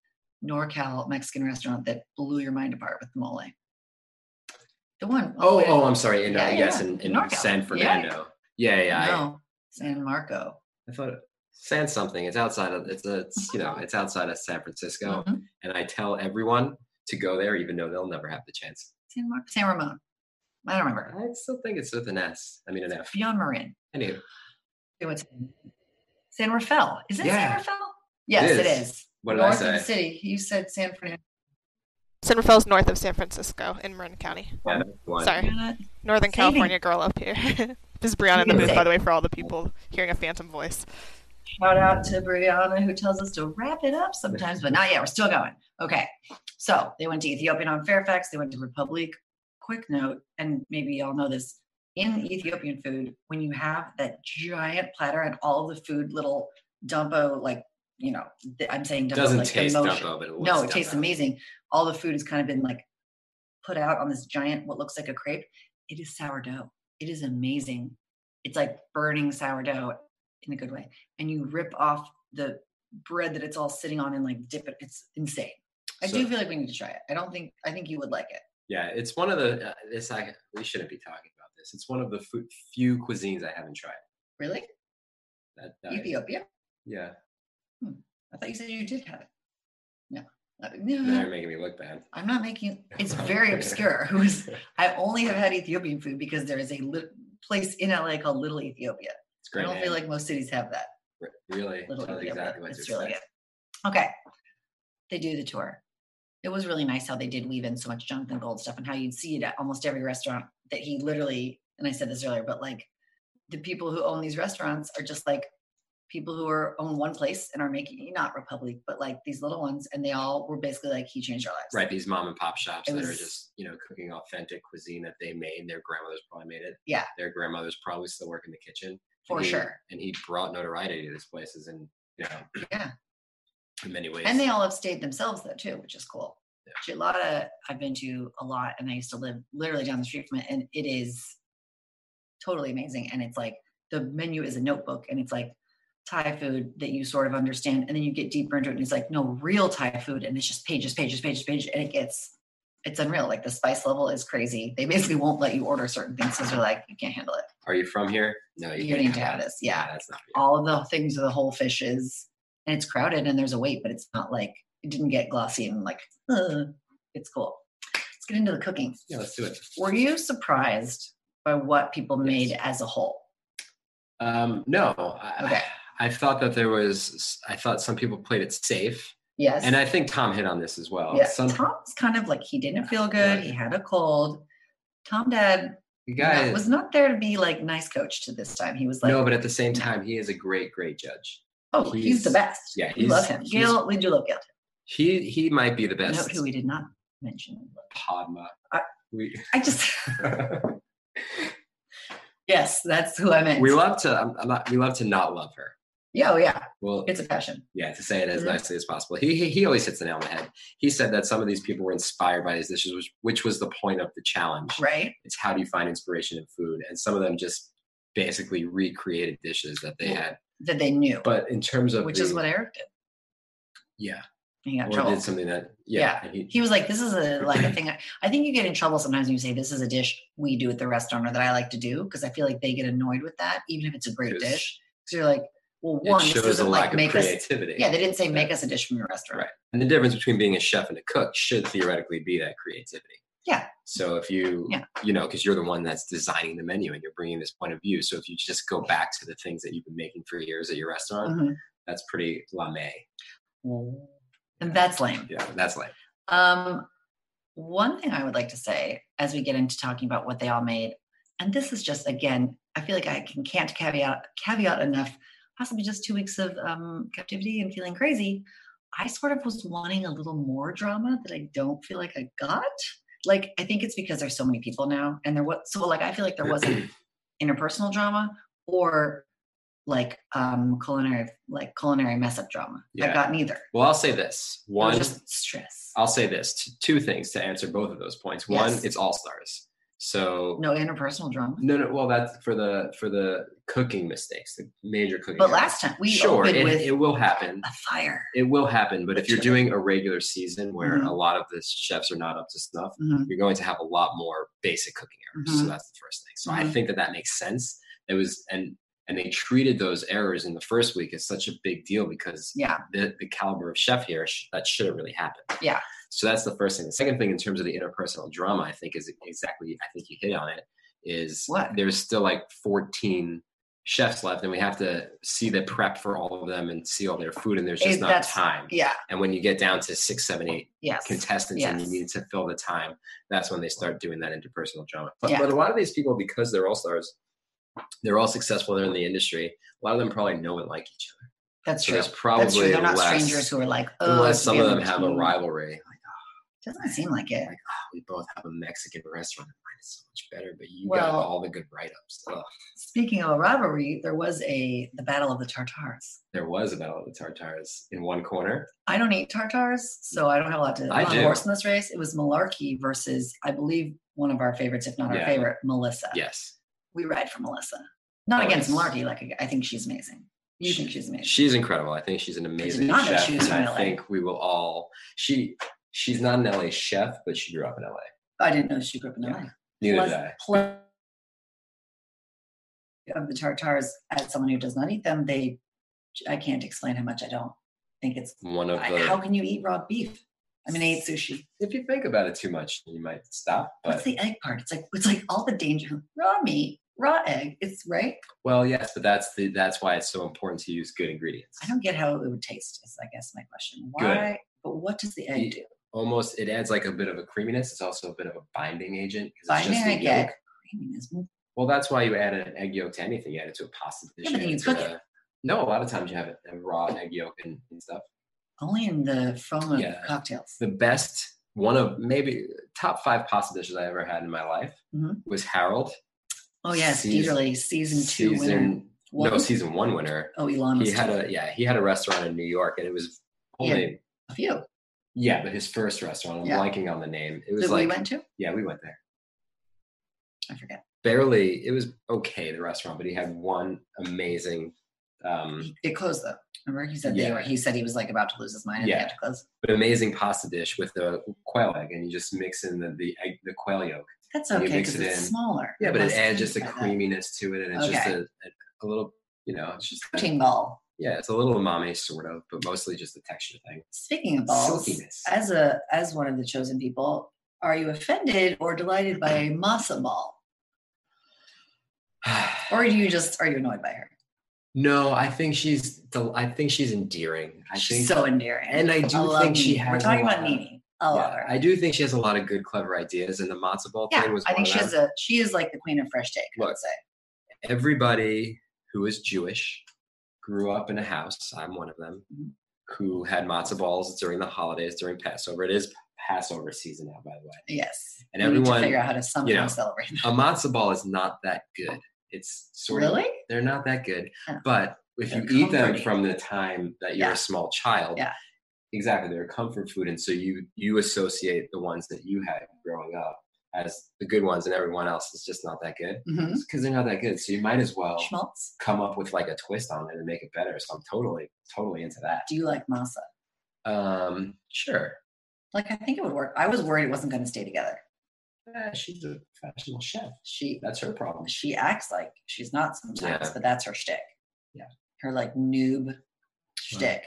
Speaker 3: NorCal Mexican restaurant that blew your mind apart with the mole. The one. all
Speaker 4: Oh,
Speaker 3: the way
Speaker 4: oh,
Speaker 3: up-
Speaker 4: I'm sorry. In, uh,
Speaker 3: Yeah, yeah,
Speaker 4: yes,
Speaker 3: yeah.
Speaker 4: in, in
Speaker 3: Norcal.
Speaker 4: San
Speaker 3: Yeah.
Speaker 4: Fernando. Yeah, yeah. I-
Speaker 3: No, San Marco.
Speaker 4: I, thought San something. It's outside of it's a it's, you know it's outside of San Francisco,
Speaker 3: Mhm.
Speaker 4: and I tell everyone to go there, even though they'll never have the chance.
Speaker 3: San Marco. San Ramon. I don't remember.
Speaker 4: I still think it's with an S. I mean an F.
Speaker 3: Beyond Marin.
Speaker 4: Anyway,
Speaker 3: It was San Rafael. Is it San
Speaker 4: Yeah.
Speaker 3: Rafael? Yes, it
Speaker 4: is.
Speaker 3: is.
Speaker 4: what did
Speaker 3: North
Speaker 4: I
Speaker 3: of
Speaker 4: say?
Speaker 3: the city. You said San Fernando.
Speaker 5: San Rafael's north of San Francisco in Marin County.
Speaker 4: Yeah, that's the one.
Speaker 5: Sorry.
Speaker 3: Brianna, Saving.
Speaker 5: Northern California girl up here. this is Brianna in the
Speaker 3: Saving.
Speaker 5: booth, by the way, for all the people hearing a phantom voice.
Speaker 3: Shout out to Brianna who tells us to wrap it up sometimes, but not yet. We're still going. Okay. So they went to Ethiopian on Fairfax. They went to Republic. Quick note, and maybe y'all know this. In Ethiopian food, when you have that giant platter and all the food, little dumpo, like, you know, th- I'm saying
Speaker 4: It
Speaker 3: dumpo,
Speaker 4: doesn't
Speaker 3: like the
Speaker 4: taste
Speaker 3: motion.
Speaker 4: dumbo, but it looks
Speaker 3: No, it
Speaker 4: dumbo.
Speaker 3: tastes amazing. All the food has kind of been like put out on this giant, what looks like a crepe. It is sourdough. It is amazing. It's like burning sourdough in a good way. And you rip off the bread that it's all sitting on and like dip it. It's insane. I do
Speaker 4: So-
Speaker 3: feel like we need to try it. I don't think, I think you would like it.
Speaker 4: Yeah, it's one of the. Uh, this I we shouldn't be talking about this. It's one of the fu- few cuisines I haven't tried.
Speaker 3: Really?
Speaker 4: That, that
Speaker 3: Ethiopia?
Speaker 4: yeah,
Speaker 3: I thought you said you did have it. No. Uh,
Speaker 4: now
Speaker 3: No.
Speaker 4: you're making me look bad.
Speaker 3: I'm not making it's very obscure. Who is I only have had Ethiopian food because there is a lit, place in LA called Little Ethiopia.
Speaker 4: It's great.
Speaker 3: I don't
Speaker 4: man.
Speaker 3: feel like most cities have that.
Speaker 4: Re- really
Speaker 3: Little
Speaker 4: tells you
Speaker 3: Ethiopia.
Speaker 4: exactly what to
Speaker 3: it's really
Speaker 4: expect.
Speaker 3: good. Okay. They do the tour. It was really nice how they did weave in so much Jonathan Gold stuff and how you'd see it at almost every restaurant that he literally, and I said this earlier, but like the people who own these restaurants are just like people who are own one place and are making not Republic, but like these little ones. And they all were basically like, he changed our lives.
Speaker 4: Right, these mom and pop shops
Speaker 3: It
Speaker 4: that are
Speaker 3: was-
Speaker 4: just you know cooking authentic cuisine that they made. Their grandmothers probably made it.
Speaker 3: Yeah.
Speaker 4: their grandmothers probably still work in the kitchen.
Speaker 3: For
Speaker 4: and he-
Speaker 3: sure.
Speaker 4: And he brought notoriety to these places, and you know,
Speaker 3: Yeah.
Speaker 4: in many ways.
Speaker 3: And they all upstate themselves though too, which is cool. Chilada, I've been to a lot, and I used to live literally down the street from it, and it is totally amazing. And it's like the menu is a notebook, and it's like Thai food that you sort of understand, and then you get deeper into it, and it's like no real Thai food, and it's just pages, pages, pages, pages, and it gets it's unreal. Like the spice level is crazy. They basically won't let you order certain things because they're like, you can't handle it.
Speaker 4: Are you from here? No, you,
Speaker 3: You
Speaker 4: can't
Speaker 3: need to have this. Yeah.
Speaker 4: That's not for you.
Speaker 3: All of the things, the whole fishes, and it's crowded and there's a wait, but it's not like it didn't get glossy and like, "Ugh." it's cool. Let's get into the cooking.
Speaker 4: Yeah, let's do it.
Speaker 3: Were you surprised by what people made as a whole?
Speaker 4: Um, no, I,
Speaker 3: Okay.
Speaker 4: I thought that there was. I thought some people played it safe,
Speaker 3: Yes.
Speaker 4: and I think Tom hit on this as well.
Speaker 3: yeah.
Speaker 4: Some
Speaker 3: Tom's kind of like he didn't feel good. He had a cold. Tom Dad
Speaker 4: the guy
Speaker 3: not- was not there to be like nice coach to this time. He was like,
Speaker 4: no, but at the same time, he is a great, great judge.
Speaker 3: oh, he's, the
Speaker 4: he's-
Speaker 3: best.
Speaker 4: yeah,
Speaker 3: we love
Speaker 4: he's-
Speaker 3: him.
Speaker 4: he's-
Speaker 3: Gail, we do love Gail.
Speaker 4: He he might be the
Speaker 3: Note
Speaker 4: best.
Speaker 3: who we did not mention.
Speaker 4: Padma.
Speaker 3: I-
Speaker 4: we
Speaker 3: I just yes, that's who I meant.
Speaker 4: we love to. I'm, I'm not, we love to not love her.
Speaker 3: yeah, oh, yeah,
Speaker 4: Well,
Speaker 3: it's a passion.
Speaker 4: yeah, to say it as
Speaker 3: Mhm.
Speaker 4: nicely as possible. He, he he always hits the nail on the head. He said that some of these people were inspired by these dishes, which, which was the point of the challenge.
Speaker 3: Right?
Speaker 4: It's how do you find inspiration in food, and some of them just basically recreated dishes that they had.
Speaker 3: That they knew,
Speaker 4: But in terms of
Speaker 3: which
Speaker 4: the-
Speaker 3: is what Eric did.
Speaker 4: yeah,
Speaker 3: He got in
Speaker 4: or
Speaker 3: trouble.
Speaker 4: did something that yeah, he-
Speaker 3: He was like, "This is a like a thing." I, I think you get in trouble sometimes when you say, "This is a dish we do at the restaurant or that I like to do," because I feel like they get annoyed with that, even if it's a great
Speaker 4: Yes.
Speaker 3: dish. Because you're like, "Well,
Speaker 4: it
Speaker 3: one, this
Speaker 4: shows a
Speaker 3: doesn't
Speaker 4: lack
Speaker 3: like make
Speaker 4: of
Speaker 3: us."
Speaker 4: creativity.
Speaker 3: Yeah, they didn't say make us a dish from your restaurant.
Speaker 4: Right. And the difference between being a chef and a cook should theoretically be that creativity.
Speaker 3: Yeah.
Speaker 4: So if you,
Speaker 3: Yeah.
Speaker 4: you know, because you're the one that's designing the menu and you're bringing this point of view. So if you just go back to the things that you've been making for years at your restaurant,
Speaker 3: Mhm.
Speaker 4: that's pretty lame.
Speaker 3: Well, And that's lame.
Speaker 4: Yeah, that's like
Speaker 3: Um, one thing I would like to say as we get into talking about what they all made, and this is just again, I feel like I can can't caveat caveat enough. Possibly just two weeks of um, captivity and feeling crazy. I sort of was wanting a little more drama that I don't feel like I got. Like I think it's because there's so many people now, and there was so like I feel like there wasn't interpersonal drama or like um culinary like culinary mess up drama. I
Speaker 4: Yeah.
Speaker 3: got neither.
Speaker 4: Well, I'll say this.
Speaker 3: It was
Speaker 4: One
Speaker 3: just stress.
Speaker 4: I'll say this. T- two things to answer both of those points. One,
Speaker 3: Yes.
Speaker 4: it's all stars. So
Speaker 3: No interpersonal drama.
Speaker 4: no, no, well that's for the for the cooking mistakes, the major cooking
Speaker 3: But
Speaker 4: errors.
Speaker 3: last time we
Speaker 4: sure,
Speaker 3: opened
Speaker 4: it,
Speaker 3: with
Speaker 4: it will happen.
Speaker 3: a fire.
Speaker 4: It will happen, but if you're
Speaker 3: Sure.
Speaker 4: doing a regular season where
Speaker 3: Mhm.
Speaker 4: a lot of the chefs are not up to snuff,
Speaker 3: Mhm.
Speaker 4: you're going to have a lot more basic cooking errors. So
Speaker 3: Mhm.
Speaker 4: that's the first thing. So I
Speaker 3: Mhm.
Speaker 4: think that that makes sense. It was and and they treated those errors in the first week as such a big deal because
Speaker 3: Yeah,
Speaker 4: the, the caliber of chef here sh- that shouldn't really happen.
Speaker 3: Yeah.
Speaker 4: So that's the first thing. The second thing in terms of the interpersonal drama, I think is exactly I think you hit on it is
Speaker 3: What?
Speaker 4: there's still like 14 chefs left and we have to see the prep for all of them and see all their food and there's just
Speaker 3: It-
Speaker 4: not
Speaker 3: that's-
Speaker 4: time.
Speaker 3: yeah,
Speaker 4: And when you get down to six, seven, eight
Speaker 3: yes.
Speaker 4: contestants and you
Speaker 3: Yes.
Speaker 4: need to fill the time, that's when they start doing that interpersonal drama. But,
Speaker 3: Yeah.
Speaker 4: but a lot of these people, because they're all stars, they're all successful, they're in the industry. A lot of them probably know and like each other.
Speaker 3: That's
Speaker 4: So
Speaker 3: true.
Speaker 4: there's probably
Speaker 3: That's true. They're not
Speaker 4: less-
Speaker 3: strangers who are like, oh,
Speaker 4: unless
Speaker 3: to
Speaker 4: some
Speaker 3: be
Speaker 4: of
Speaker 3: on
Speaker 4: them
Speaker 3: the
Speaker 4: have a
Speaker 3: team."
Speaker 4: rivalry.
Speaker 3: Doesn't seem like it.
Speaker 4: We both have a Mexican restaurant. Mine is so much better, but you got
Speaker 3: Well-
Speaker 4: all the good write-ups. Ugh.
Speaker 3: Speaking of a rivalry, there was a the Battle of the Tartars.
Speaker 4: There was a battle of the tartars in one corner.
Speaker 3: I don't eat tartars, so I don't have a lot to
Speaker 4: I
Speaker 3: I'm
Speaker 4: do.
Speaker 3: a horse in this race. It was Malarkey versus, I believe, one of our favorites, if not our
Speaker 4: Yeah.
Speaker 3: favorite, Melissa.
Speaker 4: Yes,
Speaker 3: We ride for Melissa. Not
Speaker 4: Oh,
Speaker 3: against
Speaker 4: yes.
Speaker 3: Malarkey. Like I think she's amazing. You think she's amazing?
Speaker 4: she's incredible. I think she's an amazing
Speaker 3: not know
Speaker 4: chef,
Speaker 3: she was
Speaker 4: and
Speaker 3: from LA.
Speaker 4: I think we will all. She she's not an LA chef, but she grew up in LA.
Speaker 3: I didn't know she grew up in
Speaker 4: Yeah.
Speaker 3: LA.
Speaker 4: Neither
Speaker 3: plus,
Speaker 4: did I.
Speaker 3: plus- of the tartars as someone who does not eat them they i can't explain how much i don't think it's
Speaker 4: One of
Speaker 3: I, how
Speaker 4: the.
Speaker 3: can you eat raw beef i mean i ate sushi
Speaker 4: If you think about it too much, you might stop.
Speaker 3: what's
Speaker 4: But
Speaker 3: the egg part it's like it's like all the danger raw meat raw egg it's right
Speaker 4: well, yes, but that's the that's why it's so important to use good ingredients.
Speaker 3: i don't get how it would taste is i guess my question
Speaker 4: Good.
Speaker 3: why but what does the egg
Speaker 4: Ye-
Speaker 3: do
Speaker 4: Almost, it adds like a bit of a creaminess. It's also a bit of a binding agent. 'cause it's
Speaker 3: binding
Speaker 4: just the
Speaker 3: i
Speaker 4: yolk.
Speaker 3: get creaminess
Speaker 4: Well, that's why you add an egg yolk to anything. You add it to a pasta dish.
Speaker 3: Yeah, but then
Speaker 4: add
Speaker 3: you
Speaker 4: to
Speaker 3: cook
Speaker 4: a- No, a lot of times you have it a raw egg yolk and, and stuff.
Speaker 3: only in the foam of
Speaker 4: Yeah.
Speaker 3: cocktails
Speaker 4: The best, one of maybe top five pasta dishes I ever had in my life
Speaker 3: Mhm.
Speaker 4: was Harold.
Speaker 3: oh yes
Speaker 4: Season-
Speaker 3: Dieterle, season two winner
Speaker 4: Season- No,
Speaker 3: One?
Speaker 4: season one winner.
Speaker 3: oh elon
Speaker 4: He
Speaker 3: was
Speaker 4: had a yeah, he had a restaurant in New York, and it was
Speaker 3: Yeah.
Speaker 4: only
Speaker 3: a few
Speaker 4: yeah, but his first restaurant. I'm
Speaker 3: Yeah.
Speaker 4: blanking on the name. It was
Speaker 3: that
Speaker 4: like
Speaker 3: we went to
Speaker 4: yeah, we went there.
Speaker 3: i forget
Speaker 4: Barely, it was okay the restaurant, but he had one amazing Um,
Speaker 3: They closed though. Remember, he said they
Speaker 4: Yeah.
Speaker 3: were. He said he was like about to lose his mind and they
Speaker 4: Yeah.
Speaker 3: had to close.
Speaker 4: but amazing pasta dish with a quail egg, and you just mix in the the, egg, the quail yolk.
Speaker 3: That's
Speaker 4: And you
Speaker 3: okay
Speaker 4: mix
Speaker 3: because
Speaker 4: it
Speaker 3: it's
Speaker 4: in.
Speaker 3: smaller.
Speaker 4: Yeah, but it
Speaker 3: must
Speaker 4: adds just a
Speaker 3: have that
Speaker 4: creaminess to it, and it's just
Speaker 3: Okay.
Speaker 4: a, a, a little, you know, it's just a,
Speaker 3: Protein ball.
Speaker 4: yeah, it's a little umami sort of, but mostly just the texture thing,
Speaker 3: Speaking of balls,
Speaker 4: silkiness.
Speaker 3: as a as one of the chosen people, are you offended or delighted by a masa ball, or do you just are you annoyed by her?
Speaker 4: no, I think she's del- I think she's endearing. I
Speaker 3: She's
Speaker 4: think
Speaker 3: so endearing,
Speaker 4: and I do
Speaker 3: love
Speaker 4: think she
Speaker 3: Nene. We're
Speaker 4: has a
Speaker 3: talking
Speaker 4: lot
Speaker 3: about
Speaker 4: of-
Speaker 3: Nini. I love
Speaker 4: Yeah,
Speaker 3: her.
Speaker 4: I do think she has a lot of good, clever ideas, and the matzo ball
Speaker 3: yeah,
Speaker 4: thing was
Speaker 3: I
Speaker 4: one
Speaker 3: think
Speaker 4: of
Speaker 3: she
Speaker 4: them.
Speaker 3: has a she is like the queen of fresh take. I would
Speaker 4: Look,
Speaker 3: say
Speaker 4: everybody who is Jewish grew up in a house. I'm one of them
Speaker 3: Mhm.
Speaker 4: who had matzo balls during the holidays, during Passover. It is Passover season now, by the way.
Speaker 3: yes.
Speaker 4: and
Speaker 3: We need to
Speaker 4: everyone,
Speaker 3: figure out how to somehow
Speaker 4: you know,
Speaker 3: celebrate.
Speaker 4: A matzo ball is not that good. It's sort of
Speaker 3: Really?
Speaker 4: they're not that good.
Speaker 3: Oh.
Speaker 4: But if you
Speaker 3: They're
Speaker 4: eat them
Speaker 3: comforting.
Speaker 4: from the time that you're
Speaker 3: Yeah.
Speaker 4: a small child,
Speaker 3: Yeah.
Speaker 4: exactly, they're comfort food, and so you you associate the ones that you had growing up as the good ones, and everyone else is just not that good
Speaker 3: Mm-hmm.
Speaker 4: because they're not that good. So you might as well
Speaker 3: Schmaltz,
Speaker 4: come up with like a twist on it and make it better. So I'm totally totally into that.
Speaker 3: do you like masa?
Speaker 4: Um, sure.
Speaker 3: Like I think it would work. I was worried it wasn't going to stay together.
Speaker 4: Eh, she's a professional chef.
Speaker 3: She
Speaker 4: That's her problem.
Speaker 3: she acts like she's not sometimes,
Speaker 4: Yeah.
Speaker 3: but that's her shtick.
Speaker 4: Yeah.
Speaker 3: Her like noob shtick.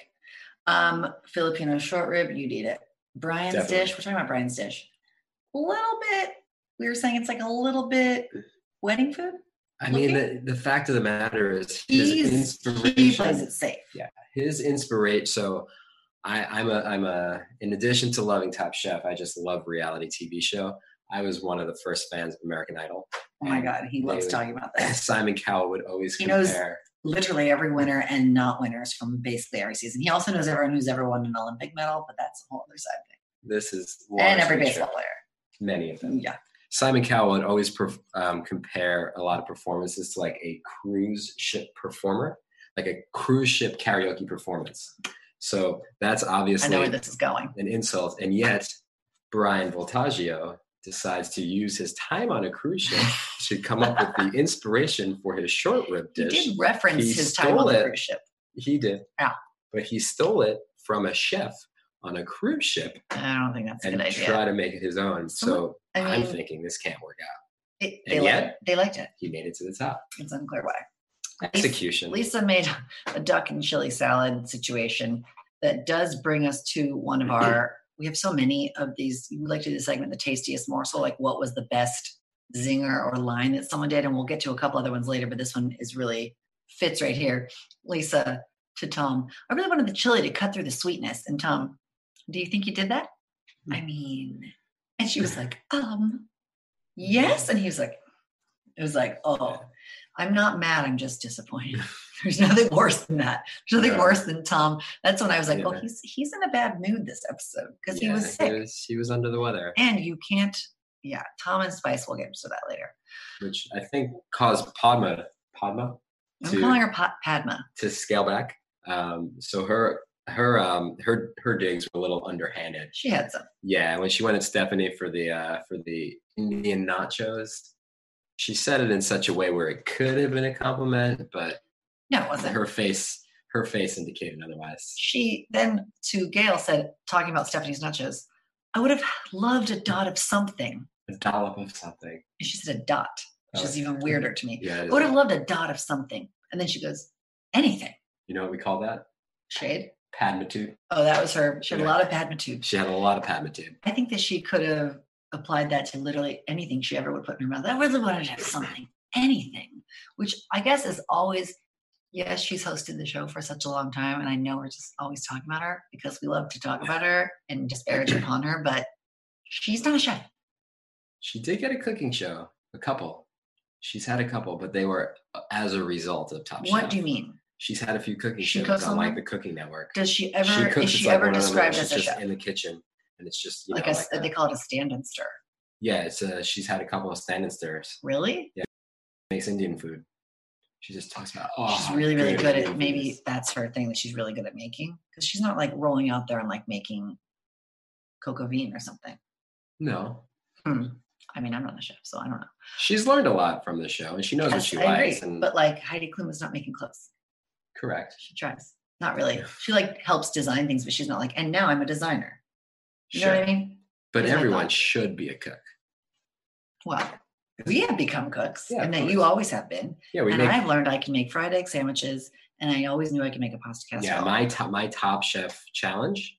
Speaker 3: Um, Filipino short rib, you'd eat it. Brian's
Speaker 4: Definitely.
Speaker 3: dish, we're talking about Brian's dish. A little bit, we were saying it's like a little bit wedding food.
Speaker 4: I mean, the, the fact of the matter is his
Speaker 3: He's, he plays
Speaker 4: inspiration.
Speaker 3: it safe. Oh
Speaker 4: His inspiration. So I, I'm a I'm a in addition to loving Top Chef, I just love reality TV show. I was one of the first fans of American Idol.
Speaker 3: Oh my
Speaker 4: And
Speaker 3: God, he
Speaker 4: they
Speaker 3: loves
Speaker 4: would-
Speaker 3: talking about this.
Speaker 4: Simon Cowell would always
Speaker 3: He
Speaker 4: compare.
Speaker 3: knows- Literally every winner and not winners from basically every season. He also knows everyone who's ever won an Olympic medal, but that's a whole other side thing.
Speaker 4: this is
Speaker 3: and every
Speaker 4: largely true.
Speaker 3: baseball player.
Speaker 4: Many of them.
Speaker 3: Yeah.
Speaker 4: Simon Cowell would always perf- um, compare a lot of performances to like a cruise ship performer, like a cruise ship karaoke performance. So that's
Speaker 3: I
Speaker 4: obviously
Speaker 3: know where this is going.
Speaker 4: an insult. And yet, Brian Voltaggio decides to use his time on a cruise ship to come up with the inspiration for his short rib
Speaker 3: He
Speaker 4: dish.
Speaker 3: did reference
Speaker 4: He
Speaker 3: his time on
Speaker 4: stole
Speaker 3: the
Speaker 4: it.
Speaker 3: cruise ship.
Speaker 4: He did.
Speaker 3: Yeah.
Speaker 4: But he stole it from a chef on a cruise ship
Speaker 3: I don't think that's a
Speaker 4: and
Speaker 3: good idea.
Speaker 4: try to make it his own. So
Speaker 3: I mean,
Speaker 4: I'm thinking this can't work out.
Speaker 3: it-
Speaker 4: and
Speaker 3: they,
Speaker 4: yet-
Speaker 3: liked, they liked it.
Speaker 4: He made it to the top.
Speaker 3: It's unclear why.
Speaker 4: Execution.
Speaker 3: Lisa made a duck and chili salad situation that does bring us to one of our. We have so many of these. We like to do the segment, the tastiest morsel, like what was the best zinger or line that someone did, and we'll get to a couple other ones later. But this one is really fits right here. Lisa to Tom, I really wanted the chili to cut through the sweetness, and Tom, do you think you did that?
Speaker 4: Hmm.
Speaker 3: I mean, and she was like, um, yes, and he was like, it was like, oh, I'm not mad. I'm just disappointed. There's nothing worse than that. There's nothing
Speaker 4: Yeah.
Speaker 3: worse than Tom. That's when I was like, oh,
Speaker 4: Yeah.
Speaker 3: he's he's in a bad mood this episode because he was
Speaker 4: Yeah,
Speaker 3: sick.
Speaker 4: He was, he was under the weather,
Speaker 3: And you can't, yeah. Tom and Spice. We'll get to that later.
Speaker 4: which I think caused Padma Padma
Speaker 3: I'm
Speaker 4: Dude.
Speaker 3: calling her pa- Padma.
Speaker 4: to scale back. Um, so her her um, her her digs were a little underhanded.
Speaker 3: She had some.
Speaker 4: Yeah, when she went at Stephanie for the uh, for the Indian nachos, she said it in such a way where it could have been a compliment, but
Speaker 3: No, it wasn't.
Speaker 4: her face her face indicated otherwise.
Speaker 3: She then to Gail said, talking about Stephanie's nachos, I would have loved a dot of something.
Speaker 4: A dollop of something.
Speaker 3: And she said a dot, which
Speaker 4: Oh.
Speaker 3: is even weirder to me.
Speaker 4: Yeah, it
Speaker 3: I
Speaker 4: is
Speaker 3: would have
Speaker 4: a-
Speaker 3: loved a dot of something. And then she goes, anything.
Speaker 4: you know what we call that?
Speaker 3: Shade.
Speaker 4: Padmatube.
Speaker 3: Oh, that was her. She had a
Speaker 4: Yeah.
Speaker 3: lot of Padma tubes.
Speaker 4: She had a lot of Padmatube.
Speaker 3: I think that she could have applied that to literally anything she ever would put in her mouth. I really wanted to have something, anything, which I guess is always, yes, she's hosted the show for such a long time. And I know we're just always talking about her because we love to talk about her and disparage upon her, but she's not a chef.
Speaker 4: She did get a cooking show, a couple. She's had a couple, but they were uh, as a result of Top Chef.
Speaker 3: What do you mean?
Speaker 4: She's had a few cooking
Speaker 3: She
Speaker 4: shows
Speaker 3: cooks
Speaker 4: on
Speaker 3: on-
Speaker 4: like the Cooking Network.
Speaker 3: Does she
Speaker 4: she
Speaker 3: ever,
Speaker 4: cooks.
Speaker 3: is
Speaker 4: it's
Speaker 3: she
Speaker 4: like
Speaker 3: ever
Speaker 4: one of those
Speaker 3: described
Speaker 4: she's
Speaker 3: as a
Speaker 4: just
Speaker 3: chef?
Speaker 4: in the kitchen, and it's just you
Speaker 3: Like,
Speaker 4: know,
Speaker 3: a,
Speaker 4: like a-
Speaker 3: they call it a stand and stir.
Speaker 4: yeah. It's a she's had a couple of stand and stirs.
Speaker 3: Really?
Speaker 4: Makes Indian food. She just talks about. Oh,
Speaker 3: she's
Speaker 4: how
Speaker 3: really, really good
Speaker 4: Indian
Speaker 3: at
Speaker 4: food
Speaker 3: maybe
Speaker 4: is."
Speaker 3: that's her thing that she's really good at making because she's not like rolling out there and like making cocoa bean or something.
Speaker 4: No,
Speaker 3: Hmm. I mean, I'm not a chef, so I don't know.
Speaker 4: she's learned a lot from the show, and she knows what
Speaker 3: Yes,
Speaker 4: she
Speaker 3: I
Speaker 4: likes.
Speaker 3: agree.
Speaker 4: And
Speaker 3: But like Heidi Klum is not making clothes.
Speaker 4: Correct.
Speaker 3: She tries. Not really. She like helps design things, but she's not like, and now I'm a designer. You
Speaker 4: Sure.
Speaker 3: know what I mean?
Speaker 4: But
Speaker 3: Here's my
Speaker 4: everyone
Speaker 3: thought.
Speaker 4: should be a cook.
Speaker 3: Well, we have become cooks
Speaker 4: Yeah,
Speaker 3: and
Speaker 4: of
Speaker 3: that
Speaker 4: course.
Speaker 3: you always have been.
Speaker 4: Yeah, we
Speaker 3: and
Speaker 4: make.
Speaker 3: I've learned I can make fried egg sandwiches and I always knew I could make a pasta
Speaker 4: yeah,
Speaker 3: casserole.
Speaker 4: my top my top chef challenge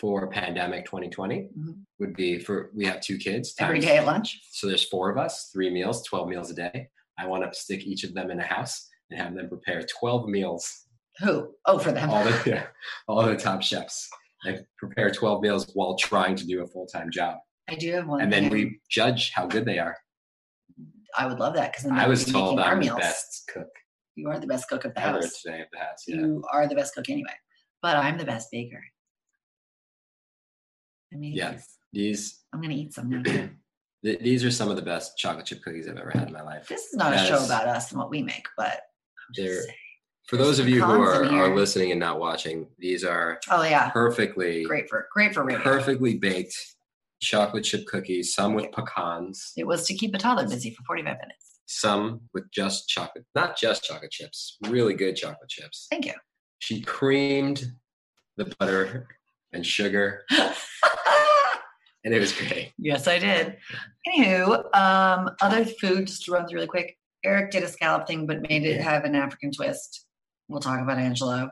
Speaker 4: for pandemic 2020
Speaker 3: Mhm.
Speaker 4: would be for we have two kids
Speaker 3: Every
Speaker 4: times-
Speaker 3: day at lunch.
Speaker 4: So there's four of us, three meals, 12 meals a day. I want to stick each of them in a house and have them prepare 12 meals,
Speaker 3: Who? Oh, for them.
Speaker 4: all the, yeah, all the top chefs. And prepare 12 meals while trying to do a full time job.
Speaker 3: I do have one.
Speaker 4: And then
Speaker 3: thing.
Speaker 4: we judge how good they are.
Speaker 3: I would love that because then that
Speaker 4: I
Speaker 3: would
Speaker 4: was
Speaker 3: be
Speaker 4: told
Speaker 3: making our
Speaker 4: I'm the
Speaker 3: meals.
Speaker 4: best cook
Speaker 3: You are the best cook of the
Speaker 4: ever
Speaker 3: house. Mm.
Speaker 4: today of the house. Yeah.
Speaker 3: You are the best cook anyway, but I'm the best baker. I mean,
Speaker 4: Yeah.
Speaker 3: yes.
Speaker 4: These
Speaker 3: I'm gonna eat some now. too.
Speaker 4: th- these are some of the best chocolate chip cookies I've ever had in my life.
Speaker 3: this is not
Speaker 4: That
Speaker 3: a show
Speaker 4: is-
Speaker 3: about us and what we make, but I'm just
Speaker 4: They're-
Speaker 3: saying.
Speaker 4: For
Speaker 3: There's
Speaker 4: those of you who
Speaker 3: pecans
Speaker 4: are,
Speaker 3: in here.
Speaker 4: are listening and not watching, these are
Speaker 3: oh yeah,
Speaker 4: perfectly
Speaker 3: great for great for radio.
Speaker 4: perfectly baked chocolate chip cookies, some with pecans,
Speaker 3: It was to keep a toddler busy for 45 minutes.
Speaker 4: some with just chocolate, not just chocolate chips, really good chocolate chips.
Speaker 3: Thank you.
Speaker 4: She creamed the butter and sugar, and it was great.
Speaker 3: yes, I did. Anywho, um, other food just to run through really quick. Eric did a scallop thing, but made it have an African twist. We'll talk about Angelo.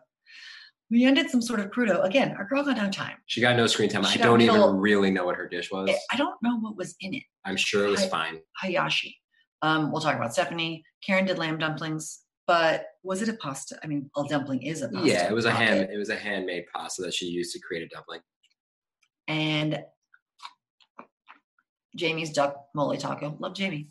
Speaker 3: We ended some sort of crudo. Again, our girl got no time.
Speaker 4: She got no screen time.
Speaker 3: She
Speaker 4: I
Speaker 3: got
Speaker 4: don't
Speaker 3: middle-
Speaker 4: even really know what her dish was.
Speaker 3: I- I don't know what was in it.
Speaker 4: I'm sure it was
Speaker 3: I-
Speaker 4: fine.
Speaker 3: Hayashi. Um, we'll talk about Stephanie. Karen did lamb dumplings, but was it a pasta? I mean, a dumpling is a pasta.
Speaker 4: Yeah, it was a hand.
Speaker 3: pocket.
Speaker 4: It was a handmade pasta that she used to create a dumpling.
Speaker 3: And Jamie's duck mole taco. Love Jamie.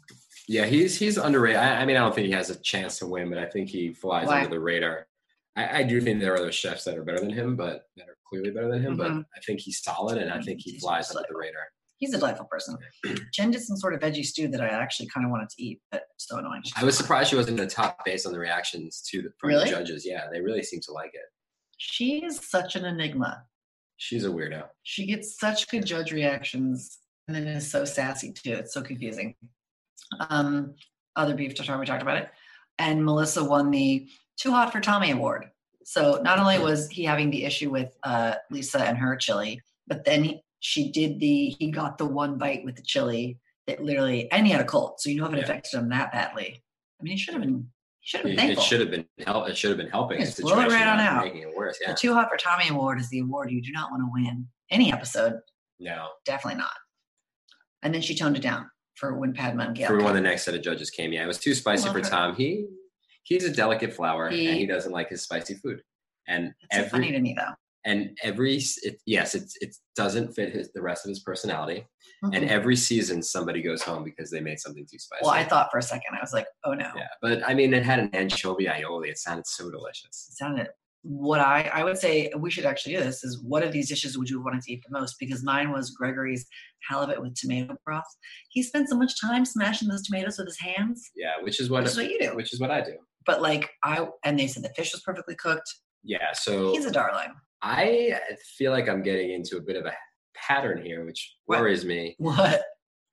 Speaker 4: Yeah, he's he's underrated. I, I mean, I don't think he has a chance to win, but I think he flies
Speaker 3: Why?
Speaker 4: under the radar. I, I do think there are other chefs that are better than him, but that are clearly better than him. But
Speaker 3: Mhm.
Speaker 4: I think he's solid, and I think he
Speaker 3: He's
Speaker 4: flies
Speaker 3: solid.
Speaker 4: under the radar.
Speaker 3: He's a delightful person. Jen did some sort of veggie stew that I actually kind of wanted to eat, but so annoying.
Speaker 4: I was surprised she wasn't in the top based on the reactions to the, from
Speaker 3: Really?
Speaker 4: the judges. Yeah, they really seem to like it.
Speaker 3: She is such an enigma.
Speaker 4: She's a weirdo.
Speaker 3: She gets such good judge reactions and then is so sassy too. It's so confusing. Um, other beef tartare, we talked about it. And Melissa won the Too Hot for Tommy award. So not only was he having the issue with uh, Lisa and her chili, but then he, she did the, he got the one bite with the chili that literally, and he had a cold. So you know if it
Speaker 4: Yeah.
Speaker 3: affected him that badly. I mean, he should have been, he should have been
Speaker 4: It, it
Speaker 3: thankful.
Speaker 4: should have been help. It should have been helping.
Speaker 3: Just
Speaker 4: the
Speaker 3: blow it
Speaker 4: situation,
Speaker 3: right on
Speaker 4: not
Speaker 3: out.
Speaker 4: making it worse. Yeah.
Speaker 3: The Too Hot for Tommy award is the award you do not want to win any episode
Speaker 4: No.
Speaker 3: definitely not. And then she toned it down for when Padma and Gail.
Speaker 4: For when the
Speaker 3: came.
Speaker 4: next set of judges came, yeah, it was too spicy
Speaker 3: love
Speaker 4: for
Speaker 3: her.
Speaker 4: Tom. He he's a delicate flower, and
Speaker 3: He-
Speaker 4: he doesn't like his spicy food. And
Speaker 3: It's so
Speaker 4: every
Speaker 3: funny to me though.
Speaker 4: and every s- it, yes it's it doesn't fit his, the rest of his personality and
Speaker 3: Mhm.
Speaker 4: every season somebody goes home because they made something too spicy
Speaker 3: well, I thought for a second, I was like, oh no,
Speaker 4: yeah but i mean it had an anchovy aioli it sounded so delicious
Speaker 3: it sounded. What I I would say we should actually do this is what of these dishes would you want to eat the most? Because mine was Gregory's halibut with tomato broth. He spent so much time smashing those tomatoes with his hands,
Speaker 4: yeah which is what,
Speaker 3: which is what you do.
Speaker 4: which is what i do
Speaker 3: But like I and they said the fish was perfectly cooked.
Speaker 4: yeah so
Speaker 3: He's a darling.
Speaker 4: i feel like i'm getting into a bit of a pattern here which
Speaker 3: What?
Speaker 4: worries me
Speaker 3: What?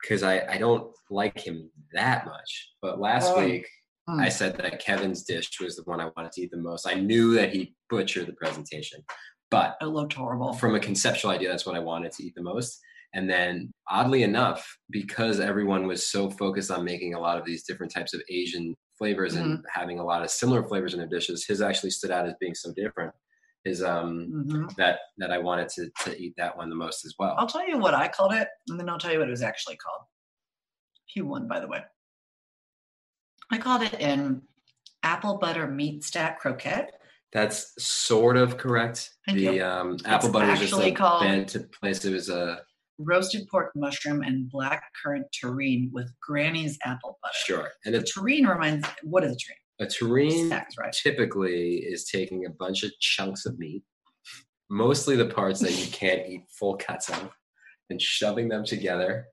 Speaker 4: because I, I don't like him that much but last
Speaker 3: Oh.
Speaker 4: week I said that Kevin's dish was the one I wanted to eat the most. I knew that he butchered the presentation, but
Speaker 3: it looked horrible.
Speaker 4: from a conceptual idea, that's what I wanted to eat the most. And then, oddly enough, because everyone was so focused on making a lot of these different types of Asian flavors
Speaker 3: Mm-hmm.
Speaker 4: and having a lot of similar flavors in their dishes, his actually stood out as being so different. His um
Speaker 3: Mhm.
Speaker 4: that that I wanted to to eat that one the most as well.
Speaker 3: I'll tell you what I called it, and then I'll tell you what it was actually called. He won, by the way. I called it an apple butter meat stack croquette.
Speaker 4: That's sort of correct.
Speaker 3: Thank
Speaker 4: the
Speaker 3: you.
Speaker 4: um apple butter is just
Speaker 3: actually
Speaker 4: a
Speaker 3: called-
Speaker 4: band to place. It was a
Speaker 3: Roasted pork mushroom and black currant terrine with granny's apple butter.
Speaker 4: sure, and
Speaker 3: The
Speaker 4: a,
Speaker 3: terrine reminds what is a terrine?
Speaker 4: a terrine
Speaker 3: Stacks, right?
Speaker 4: typically is taking a bunch of chunks of meat, mostly the parts that you can't eat full cuts of, and shoving them together.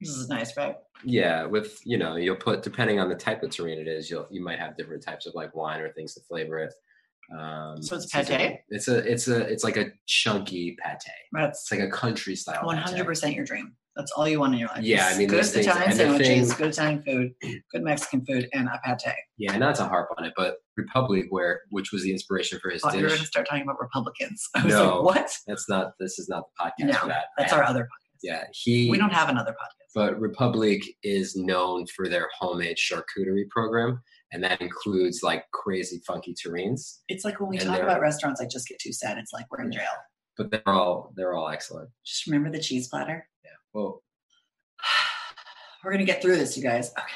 Speaker 3: This is nice, right?
Speaker 4: Yeah, with you know, you'll put depending on the type of terrain it is, you'll you might have different types of like wine or things to flavor it. Um,
Speaker 3: So it's
Speaker 4: like a-
Speaker 3: pate?
Speaker 4: It's a it's a it's like a chunky pate. It's
Speaker 3: That's
Speaker 4: like a country style.
Speaker 3: one hundred percent your dream. That's all you want in your life.
Speaker 4: Yeah, I
Speaker 3: is
Speaker 4: mean,
Speaker 3: good
Speaker 4: those things-
Speaker 3: Italian
Speaker 4: and the
Speaker 3: sandwiches,
Speaker 4: thing-
Speaker 3: good Italian food, good Mexican food, and a pate.
Speaker 4: Yeah, not to harp on it, but Republic, where which was the inspiration for his
Speaker 3: Thought you were going
Speaker 4: dish.
Speaker 3: to start talking about Republicans. I was
Speaker 4: No.
Speaker 3: like, what?
Speaker 4: That's not. This is not the
Speaker 3: No,
Speaker 4: podcast for that.
Speaker 3: That's our other.
Speaker 4: Yeah, he.
Speaker 3: We don't have another podcast.
Speaker 4: But Republic is known for their homemade charcuterie program, and that includes like crazy funky terrines.
Speaker 3: It's like when we
Speaker 4: And
Speaker 3: talk
Speaker 4: they're-
Speaker 3: about restaurants, I just get too sad. It's like we're in jail.
Speaker 4: But they're all they're all excellent.
Speaker 3: Just remember the cheese platter.
Speaker 4: Well,
Speaker 3: We're gonna get through this, you guys. Okay.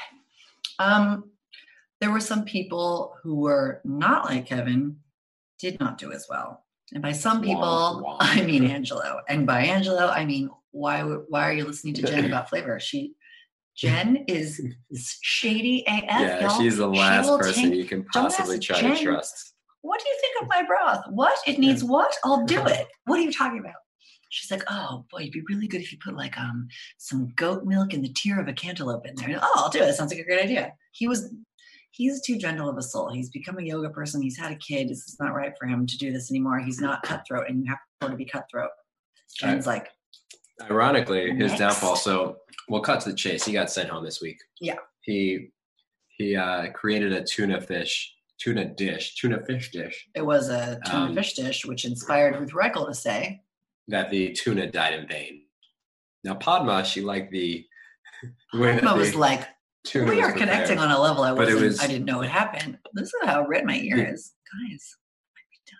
Speaker 3: Um, there were some people who were not like Kevin, did not do as well. And by some people,
Speaker 4: Womp womp.
Speaker 3: I mean Angelo. And by Angelo, I mean why? would- Why are you listening to Jen about flavor? She, Jen is shady AF.
Speaker 4: yeah,
Speaker 3: y'all.
Speaker 4: she's the
Speaker 3: She
Speaker 4: last
Speaker 3: will
Speaker 4: person
Speaker 3: take-
Speaker 4: you can
Speaker 3: don't ask
Speaker 4: possibly try to
Speaker 3: Jen.
Speaker 4: trust.
Speaker 3: what do you think of my broth? What? It needs what? I'll do it. What are you talking about? She's like, oh boy, it'd be really good if you put like um some goat milk and the tear of a cantaloupe in there. Oh, I'll do it. That sounds like a great idea. He was he's too gentle of a soul. He's become a yoga person. He's had a kid. This is not right for him to do this anymore. He's not cutthroat and you have to learn to be cutthroat. Jen's like,
Speaker 4: Ironically, his
Speaker 3: Next.
Speaker 4: downfall. So we'll cut to the chase. He got sent home this week.
Speaker 3: Yeah.
Speaker 4: He he uh, created a tuna fish tuna dish tuna fish dish
Speaker 3: it was a tuna
Speaker 4: Um,
Speaker 3: fish dish, which inspired Ruth Reichel to say,
Speaker 4: that the tuna died in vain. Now Padma, she liked the, the way that
Speaker 3: Emma was
Speaker 4: the
Speaker 3: like,
Speaker 4: tuna
Speaker 3: we
Speaker 4: was
Speaker 3: are connecting
Speaker 4: prepared.
Speaker 3: on a level I
Speaker 4: But it
Speaker 3: wasn't.
Speaker 4: was-
Speaker 3: I didn't know it happened. This is how red my ear
Speaker 4: Yeah.
Speaker 3: is, guys. I might be done.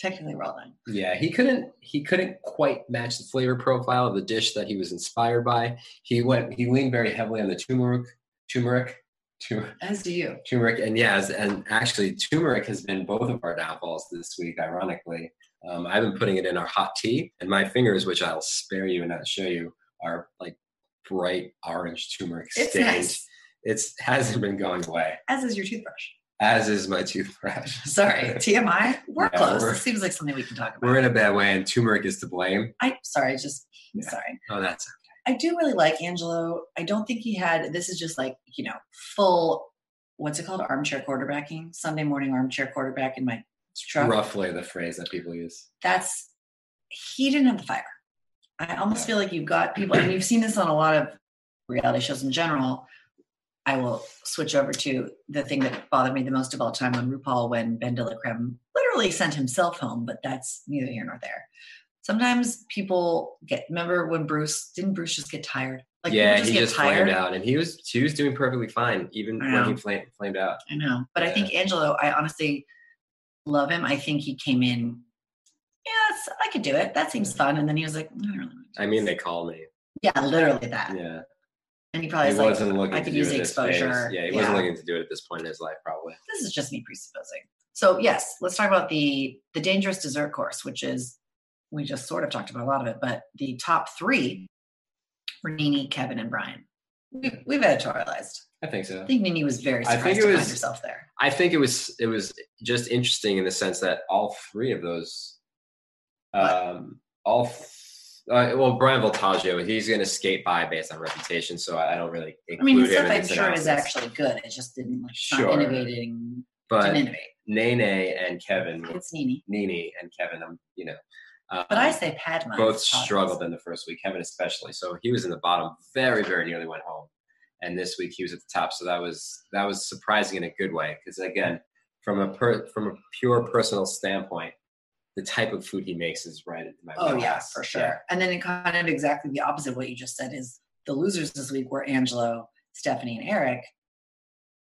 Speaker 3: Technically, we're all done.
Speaker 4: Yeah, he couldn't he couldn't quite match the flavor profile of the dish that he was inspired by. He went he leaned very heavily on the turmeric, turmeric, tu-
Speaker 3: As do you.
Speaker 4: turmeric, and yeah, as- and actually turmeric has been both of our downfalls this week. Ironically, um, I've been putting it in our hot tea, and my fingers, which I'll spare you and not show you, are like bright orange turmeric
Speaker 3: It's
Speaker 4: stained.
Speaker 3: nice.
Speaker 4: It's hasn't been going away.
Speaker 3: As is your toothbrush.
Speaker 4: As is my toothbrush.
Speaker 3: Sorry, TMI. We're
Speaker 4: Yeah,
Speaker 3: close.
Speaker 4: we're-
Speaker 3: This seems like something we can talk about.
Speaker 4: We're in a bad way, and turmeric is to blame.
Speaker 3: I sorry, just I'm
Speaker 4: Yeah.
Speaker 3: sorry.
Speaker 4: Oh, that's
Speaker 3: I do really like Angelo. I don't think he had this is just like, you know, full what's it called? Armchair quarterbacking, Sunday morning armchair quarterback in my truck.
Speaker 4: roughly the phrase that people use.
Speaker 3: that's he didn't have the fire. I almost feel like you've got people, and you've seen this on a lot of reality shows in general. I will switch over to the thing that bothered me the most of all time on RuPaul when Ben de la Creme literally sent himself home, but that's neither here nor there. Sometimes people get remember when Bruce didn't Bruce just get tired? people
Speaker 4: yeah, he just flamed out, and he was he was doing perfectly fine even
Speaker 3: I
Speaker 4: when
Speaker 3: know.
Speaker 4: he flamed flamed out.
Speaker 3: I know, but I think Angelo, I honestly love him. I think he came in, yes, I could do it. That seems fun. And then he was like, I don't really want to do
Speaker 4: I mean,
Speaker 3: this."
Speaker 4: they call me.
Speaker 3: yeah, literally that.
Speaker 4: Yeah,
Speaker 3: And he probably
Speaker 4: he
Speaker 3: was like,
Speaker 4: wasn't looking
Speaker 3: I
Speaker 4: to
Speaker 3: could
Speaker 4: do
Speaker 3: use
Speaker 4: it
Speaker 3: the
Speaker 4: this phase.
Speaker 3: exposure.
Speaker 4: Yeah, he
Speaker 3: Yeah.
Speaker 4: wasn't looking to do it at this point in his life, probably.
Speaker 3: this is just me presupposing. So yes, let's talk about the the dangerous dessert course, which is we just sort of talked about a lot of it, but the top three were Nini, Kevin, and Brian. We've, we've editorialized.
Speaker 4: I think so.
Speaker 3: I think Nini was very
Speaker 4: I think
Speaker 3: surprised
Speaker 4: it
Speaker 3: to
Speaker 4: was-
Speaker 3: find herself there.
Speaker 4: I think it was it was just interesting in the sense that all three of those, um, all uh, well, Brian Voltaggio, he's going to skate by based on reputation, so I, I don't really.
Speaker 3: I mean, his stuff
Speaker 4: include him in
Speaker 3: I'm
Speaker 4: this
Speaker 3: sure is
Speaker 4: analysis.
Speaker 3: actually good. It just didn't like it's
Speaker 4: Sure.
Speaker 3: not innovating.
Speaker 4: But
Speaker 3: didn't innovate.
Speaker 4: Nene and Kevin were
Speaker 3: It's Nini,
Speaker 4: Nini and Kevin, um, you know. Um,
Speaker 3: but I say Padma.
Speaker 4: both
Speaker 3: is Padma's.
Speaker 4: struggled in the first week, Kevin especially. So he was in the bottom, very, very nearly went home. And this week he was at the top. So that was that was surprising in a good way because again, from a per, from a pure personal standpoint, the type of food he makes is right in my
Speaker 3: Oh yeah,
Speaker 4: wheelhouse.
Speaker 3: for sure. And then it kind of exactly the opposite of what you just said is the losers this week were Angelo, Stephanie, and Eric.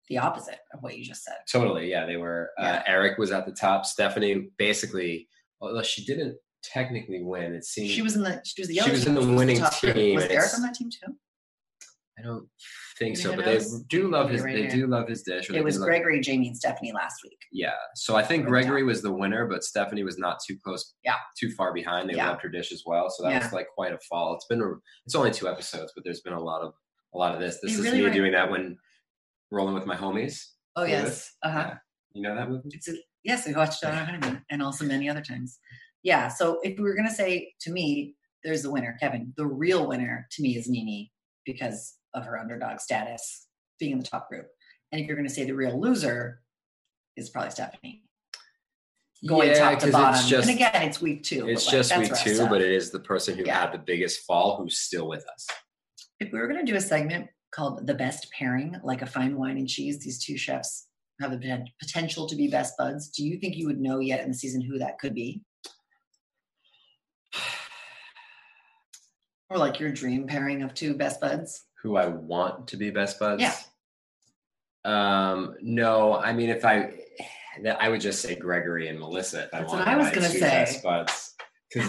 Speaker 3: The opposite of what you just said.
Speaker 4: Totally, yeah. They were. Uh,
Speaker 3: Yeah.
Speaker 4: Eric was at the top. Stephanie basically, although she didn't technically win, it seemed
Speaker 3: She was in the she was the
Speaker 4: Mm. She
Speaker 3: yellow
Speaker 4: was
Speaker 3: team,
Speaker 4: in the winning
Speaker 3: top three.
Speaker 4: team,
Speaker 3: Was
Speaker 4: and
Speaker 3: Eric
Speaker 4: it's-
Speaker 3: on that team too?
Speaker 4: I don't think so,
Speaker 3: Who
Speaker 4: but they
Speaker 3: knows?
Speaker 4: do love his.
Speaker 3: Right
Speaker 4: they
Speaker 3: here.
Speaker 4: do love his dish. or they
Speaker 3: It was
Speaker 4: do love-
Speaker 3: Gregory, Jamie, and Stephanie last week.
Speaker 4: Yeah. So I think
Speaker 3: Good
Speaker 4: Gregory was the winner, but Stephanie was not too close,
Speaker 3: Yeah.
Speaker 4: too far behind. They
Speaker 3: Yeah.
Speaker 4: left her dish as well. So that
Speaker 3: Yeah.
Speaker 4: was like quite a fall. It's been a, it's only two episodes, but there's been a lot of a lot of this. This
Speaker 3: They
Speaker 4: is
Speaker 3: really
Speaker 4: me
Speaker 3: were-
Speaker 4: doing that when rolling with my homies.
Speaker 3: Oh
Speaker 4: Yeah.
Speaker 3: yes. Uh huh.
Speaker 4: Yeah. You know that movie?
Speaker 3: It's a, yes, we watched it on our honeymoon and also many other times. Yeah. So if we were gonna say to me, there's the winner, Kevin. The real winner to me is Nini because of her underdog status, being in the top group. And if you're gonna say the real loser is probably Stephanie. going
Speaker 4: Yeah,
Speaker 3: top
Speaker 4: 'cause
Speaker 3: to
Speaker 4: it's
Speaker 3: bottom.
Speaker 4: just-
Speaker 3: and again, it's week two.
Speaker 4: It's
Speaker 3: but, like,
Speaker 4: just
Speaker 3: that's
Speaker 4: week
Speaker 3: rough
Speaker 4: two,
Speaker 3: stuff.
Speaker 4: but it is the person who
Speaker 3: Yeah.
Speaker 4: had the biggest fall who's still with us.
Speaker 3: if we were going to do a segment called "The Best Pairing," like a fine wine and cheese, these two chefs have the poten- potential to be best buds. Do you think you would know yet in the season who that could be? Or like your dream pairing of two best buds?
Speaker 4: Who I want to be best buds.
Speaker 3: Yeah.
Speaker 4: Um, no, I mean if I that I would just say Gregory and Melissa if I
Speaker 3: That's
Speaker 4: want
Speaker 3: what I was
Speaker 4: my
Speaker 3: gonna
Speaker 4: two
Speaker 3: say.
Speaker 4: best buds. Because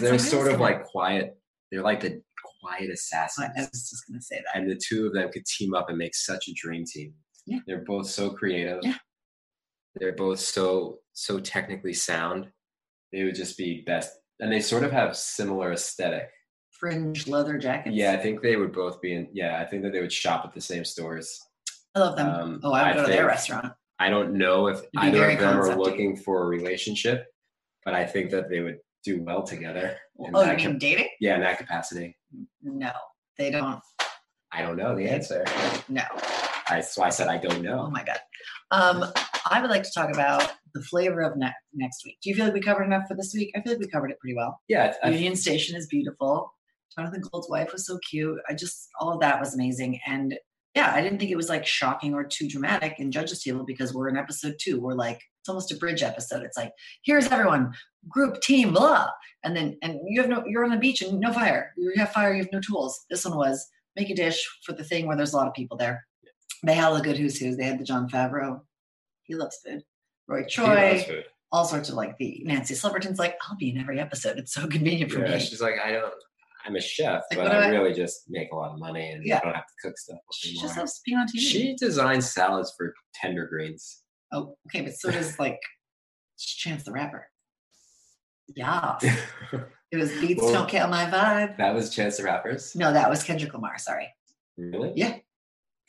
Speaker 3: That's
Speaker 4: they're
Speaker 3: what I was
Speaker 4: sort of
Speaker 3: gonna-
Speaker 4: like quiet, they're like the quiet
Speaker 3: I I
Speaker 4: assassins.
Speaker 3: was just going to say that.
Speaker 4: And the two of them could team up and make such a dream team.
Speaker 3: Yeah.
Speaker 4: They're both so creative.
Speaker 3: Yeah.
Speaker 4: They're both so so technically sound. They would just be best and they sort of have similar aesthetic.
Speaker 3: Fringe leather jackets.
Speaker 4: Yeah, I think they would both be in. Yeah, I think that they would shop at the same stores.
Speaker 3: I love them.
Speaker 4: Um,
Speaker 3: oh, I would
Speaker 4: I
Speaker 3: go to their
Speaker 4: think-
Speaker 3: restaurant.
Speaker 4: I don't know if
Speaker 3: be
Speaker 4: either
Speaker 3: very
Speaker 4: of them are
Speaker 3: concept-y.
Speaker 4: looking for a relationship, but I think that they would do well together. in
Speaker 3: Oh, you
Speaker 4: that
Speaker 3: mean
Speaker 4: cap-
Speaker 3: dating?
Speaker 4: yeah, in that capacity.
Speaker 3: No, they don't.
Speaker 4: I don't know the answer.
Speaker 3: No.
Speaker 4: I, so I said I don't
Speaker 3: Oh
Speaker 4: know.
Speaker 3: my god. Um, I would like to talk about the flavor of ne- next week. Do you feel like we covered enough for this week? I feel like we covered it pretty well.
Speaker 4: Yeah, I- I,
Speaker 3: Union Station is beautiful. Jonathan Gold's wife was so cute. I just all of that was amazing. And yeah, I didn't think it was like shocking or too dramatic in Judges Table because we're in episode two. We're like it's almost a bridge episode. It's like here's everyone, group, team, blah, and then and you have no you're on the beach and no fire. You have fire, you have no tools. This one was make a dish for the thing where there's a lot of people there. They had all the good who's who's. They had the John Favreau. He loves food. Roy
Speaker 4: he
Speaker 3: Choi
Speaker 4: loves food.
Speaker 3: all sorts of like the Nancy Silverton's like, I'll be in every episode. It's so convenient for
Speaker 4: Yeah,
Speaker 3: me.
Speaker 4: she's like I don't. I'm a chef,
Speaker 3: Like,
Speaker 4: but
Speaker 3: what
Speaker 4: I
Speaker 3: do I-
Speaker 4: really just make a lot of money and
Speaker 3: Yeah.
Speaker 4: I don't have to cook stuff
Speaker 3: She
Speaker 4: anymore.
Speaker 3: just loves being on TV.
Speaker 4: she designs salads for tender greens.
Speaker 3: oh, okay, but so does like Chance the Rapper. Yeah. It was Beats
Speaker 4: Well-
Speaker 3: Don't Kill My Vibe.
Speaker 4: that was Chance the Rapper's.
Speaker 3: No, that was Kendrick Lamar. Sorry.
Speaker 4: Really?
Speaker 3: Yeah.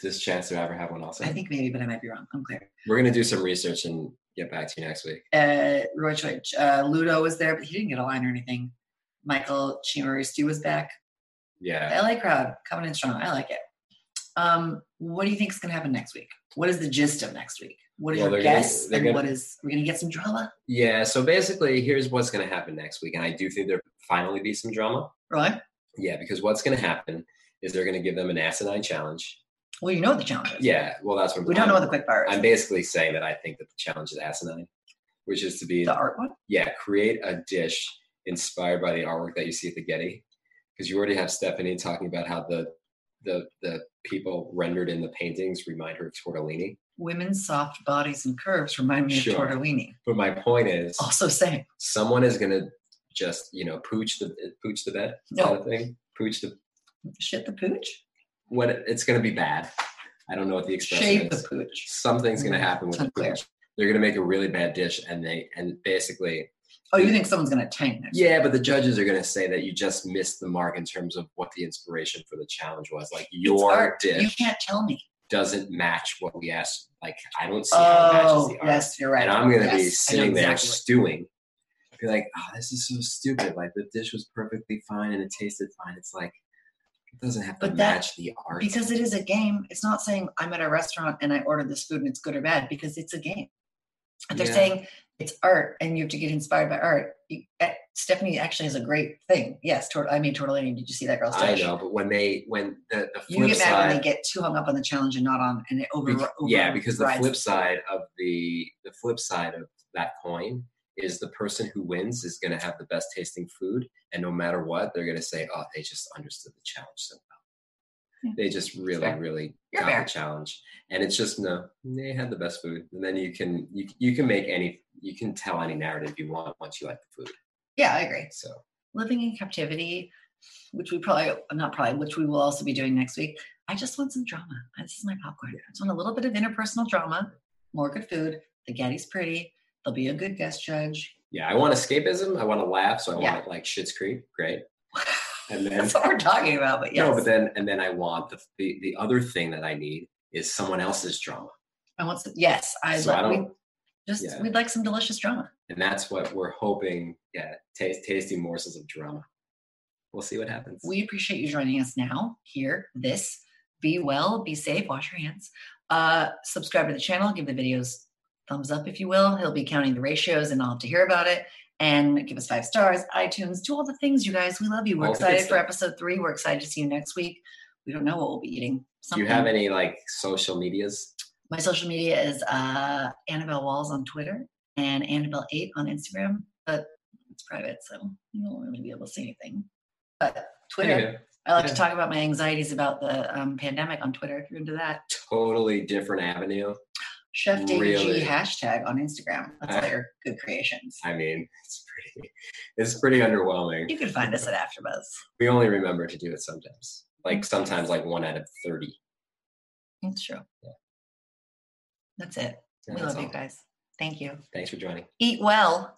Speaker 4: Does Chance the Rapper have one also?
Speaker 3: I think maybe, but I might be wrong. I'm clear.
Speaker 4: We're gonna do some research and get back to you next week.
Speaker 3: Uh, Roy Choi, uh, Ludo was there, but he didn't get a line or anything. Michael Chimaristu was back.
Speaker 4: Yeah.
Speaker 3: LA crowd coming in strong. I like it. Um, what do you think is going to happen next week? What is the gist of next week? What is
Speaker 4: Well,
Speaker 3: your
Speaker 4: they're gonna-
Speaker 3: guess?
Speaker 4: they're
Speaker 3: and
Speaker 4: gonna-
Speaker 3: what is, we're going to get some drama?
Speaker 4: Yeah. So basically, here's what's gonna happen next week, and I do think there finally be some drama.
Speaker 3: Right?
Speaker 4: Yeah, because what's gonna happen is they're gonna give them an asinine challenge.
Speaker 3: Well, you know what the challenge is.
Speaker 4: Yeah. Well, that's what
Speaker 3: We don't know what the
Speaker 4: I'm-
Speaker 3: quick bar is.
Speaker 4: I'm basically saying that I think that the challenge is asinine, which is to be
Speaker 3: the art one?
Speaker 4: yeah, create a dish inspired by the artwork that you see at the Getty, because you already have Stephanie talking about how the the the people rendered in the paintings remind her of tortellini.
Speaker 3: Women's soft bodies and curves remind me
Speaker 4: Sure.
Speaker 3: of tortellini.
Speaker 4: But my point is,
Speaker 3: Also saying,
Speaker 4: someone is gonna just you know pooch the pooch the bed kind
Speaker 3: no,
Speaker 4: of thing. Pooch the
Speaker 3: shit the pooch,
Speaker 4: when it- it's gonna be bad. I don't know what the expression
Speaker 3: shave the
Speaker 4: is.
Speaker 3: pooch.
Speaker 4: Something's gonna happen with the
Speaker 3: Unclear.
Speaker 4: pooch. They're gonna make a really bad dish, and they and basically
Speaker 3: Oh, you think someone's gonna tank next?
Speaker 4: Yeah, but the judges are going to say that you just missed the mark in terms of what the inspiration for the challenge was. Like your
Speaker 3: art.
Speaker 4: dish
Speaker 3: You can't tell me.
Speaker 4: doesn't match what we asked. Like I don't see how it matches
Speaker 3: Oh,
Speaker 4: the art.
Speaker 3: yes, you're right.
Speaker 4: And I'm going to
Speaker 3: Yes, I
Speaker 4: be
Speaker 3: know
Speaker 4: sitting there
Speaker 3: exactly what-
Speaker 4: stewing, be like, "Oh, this is so stupid. Like the dish was perfectly fine and it tasted fine. It's like it doesn't have to
Speaker 3: But that-
Speaker 4: match the art."
Speaker 3: Because it is a game. It's not saying I'm at a restaurant and I ordered this food and it's good or bad because it's a game. They're
Speaker 4: Yeah.
Speaker 3: saying it's art and you have to get inspired by art. You, eh, Stephanie actually has a great thing. Yes, tort- I mean tortellini. Did you see that girl's
Speaker 4: I
Speaker 3: dish?
Speaker 4: know, but when they when the, the
Speaker 3: You
Speaker 4: flip
Speaker 3: get mad
Speaker 4: side,
Speaker 3: when they get too hung up on the challenge and not on and it over,
Speaker 4: Bec-
Speaker 3: over
Speaker 4: yeah because the
Speaker 3: rides.
Speaker 4: flip side of the the flip side of that coin is the person who wins is going to have the best tasting food and no matter what they're going to say oh they just understood the challenge so well
Speaker 3: Yeah.
Speaker 4: they just really
Speaker 3: Fair.
Speaker 4: really
Speaker 3: You're
Speaker 4: got
Speaker 3: fair.
Speaker 4: the challenge and it's just no they had the best food and then you can you, you can make any you can tell any narrative you want once you like the food
Speaker 3: Yeah, I agree.
Speaker 4: so
Speaker 3: Living in captivity, which we probably not probably, which we will also be doing next week. I just want some drama. This is my popcorn. I just want a little bit of interpersonal drama, more good food. The Getty's pretty. There'll be a good guest judge.
Speaker 4: yeah i want escapism i want to laugh so i
Speaker 3: Yeah.
Speaker 4: want like shits creek great and then
Speaker 3: That's what we're talking about. But yes,
Speaker 4: No, but then and then I want the, the the other thing that I need is someone else's drama.
Speaker 3: I want some. Yes, I,
Speaker 4: So I
Speaker 3: love. we
Speaker 4: don't-
Speaker 3: just
Speaker 4: yeah.
Speaker 3: we'd like some delicious drama.
Speaker 4: And that's what we're hoping. Yeah, taste, tasty morsels of drama. We'll see what happens.
Speaker 3: We appreciate you joining us now, here, this. Be well, be safe, wash your hands. Uh, subscribe to the channel, give the videos thumbs up, if you will. He'll be counting the ratios and I'll have to hear about it. And give us five stars, iTunes, do all the things, you guys. We love you. We're
Speaker 4: All the good
Speaker 3: excited for
Speaker 4: stuff.
Speaker 3: episode three. We're excited to see you next week. We don't know what we'll be eating.
Speaker 4: Do you have any like social medias?
Speaker 3: My social media is uh, Annabelle Walls on Twitter and Annabelle8 on Instagram, but it's private, so you won't really be able to see anything. But Twitter,
Speaker 4: Anyway,
Speaker 3: I like
Speaker 4: yeah.
Speaker 3: to talk about my anxieties about the um, pandemic on Twitter if you're into that.
Speaker 4: totally different avenue.
Speaker 3: Chef David
Speaker 4: Really?
Speaker 3: G hashtag on Instagram. That's
Speaker 4: Uh.
Speaker 3: their good creations.
Speaker 4: I mean, it's pretty, it's pretty underwhelming.
Speaker 3: You can find us at AfterBuzz.
Speaker 4: We only remember to do it sometimes. Like sometimes, like one out of thirty.
Speaker 3: That's true. That's it.
Speaker 4: Yeah,
Speaker 3: we
Speaker 4: that's
Speaker 3: love you
Speaker 4: all.
Speaker 3: guys. Thank you.
Speaker 4: Thanks for joining.
Speaker 3: Eat well.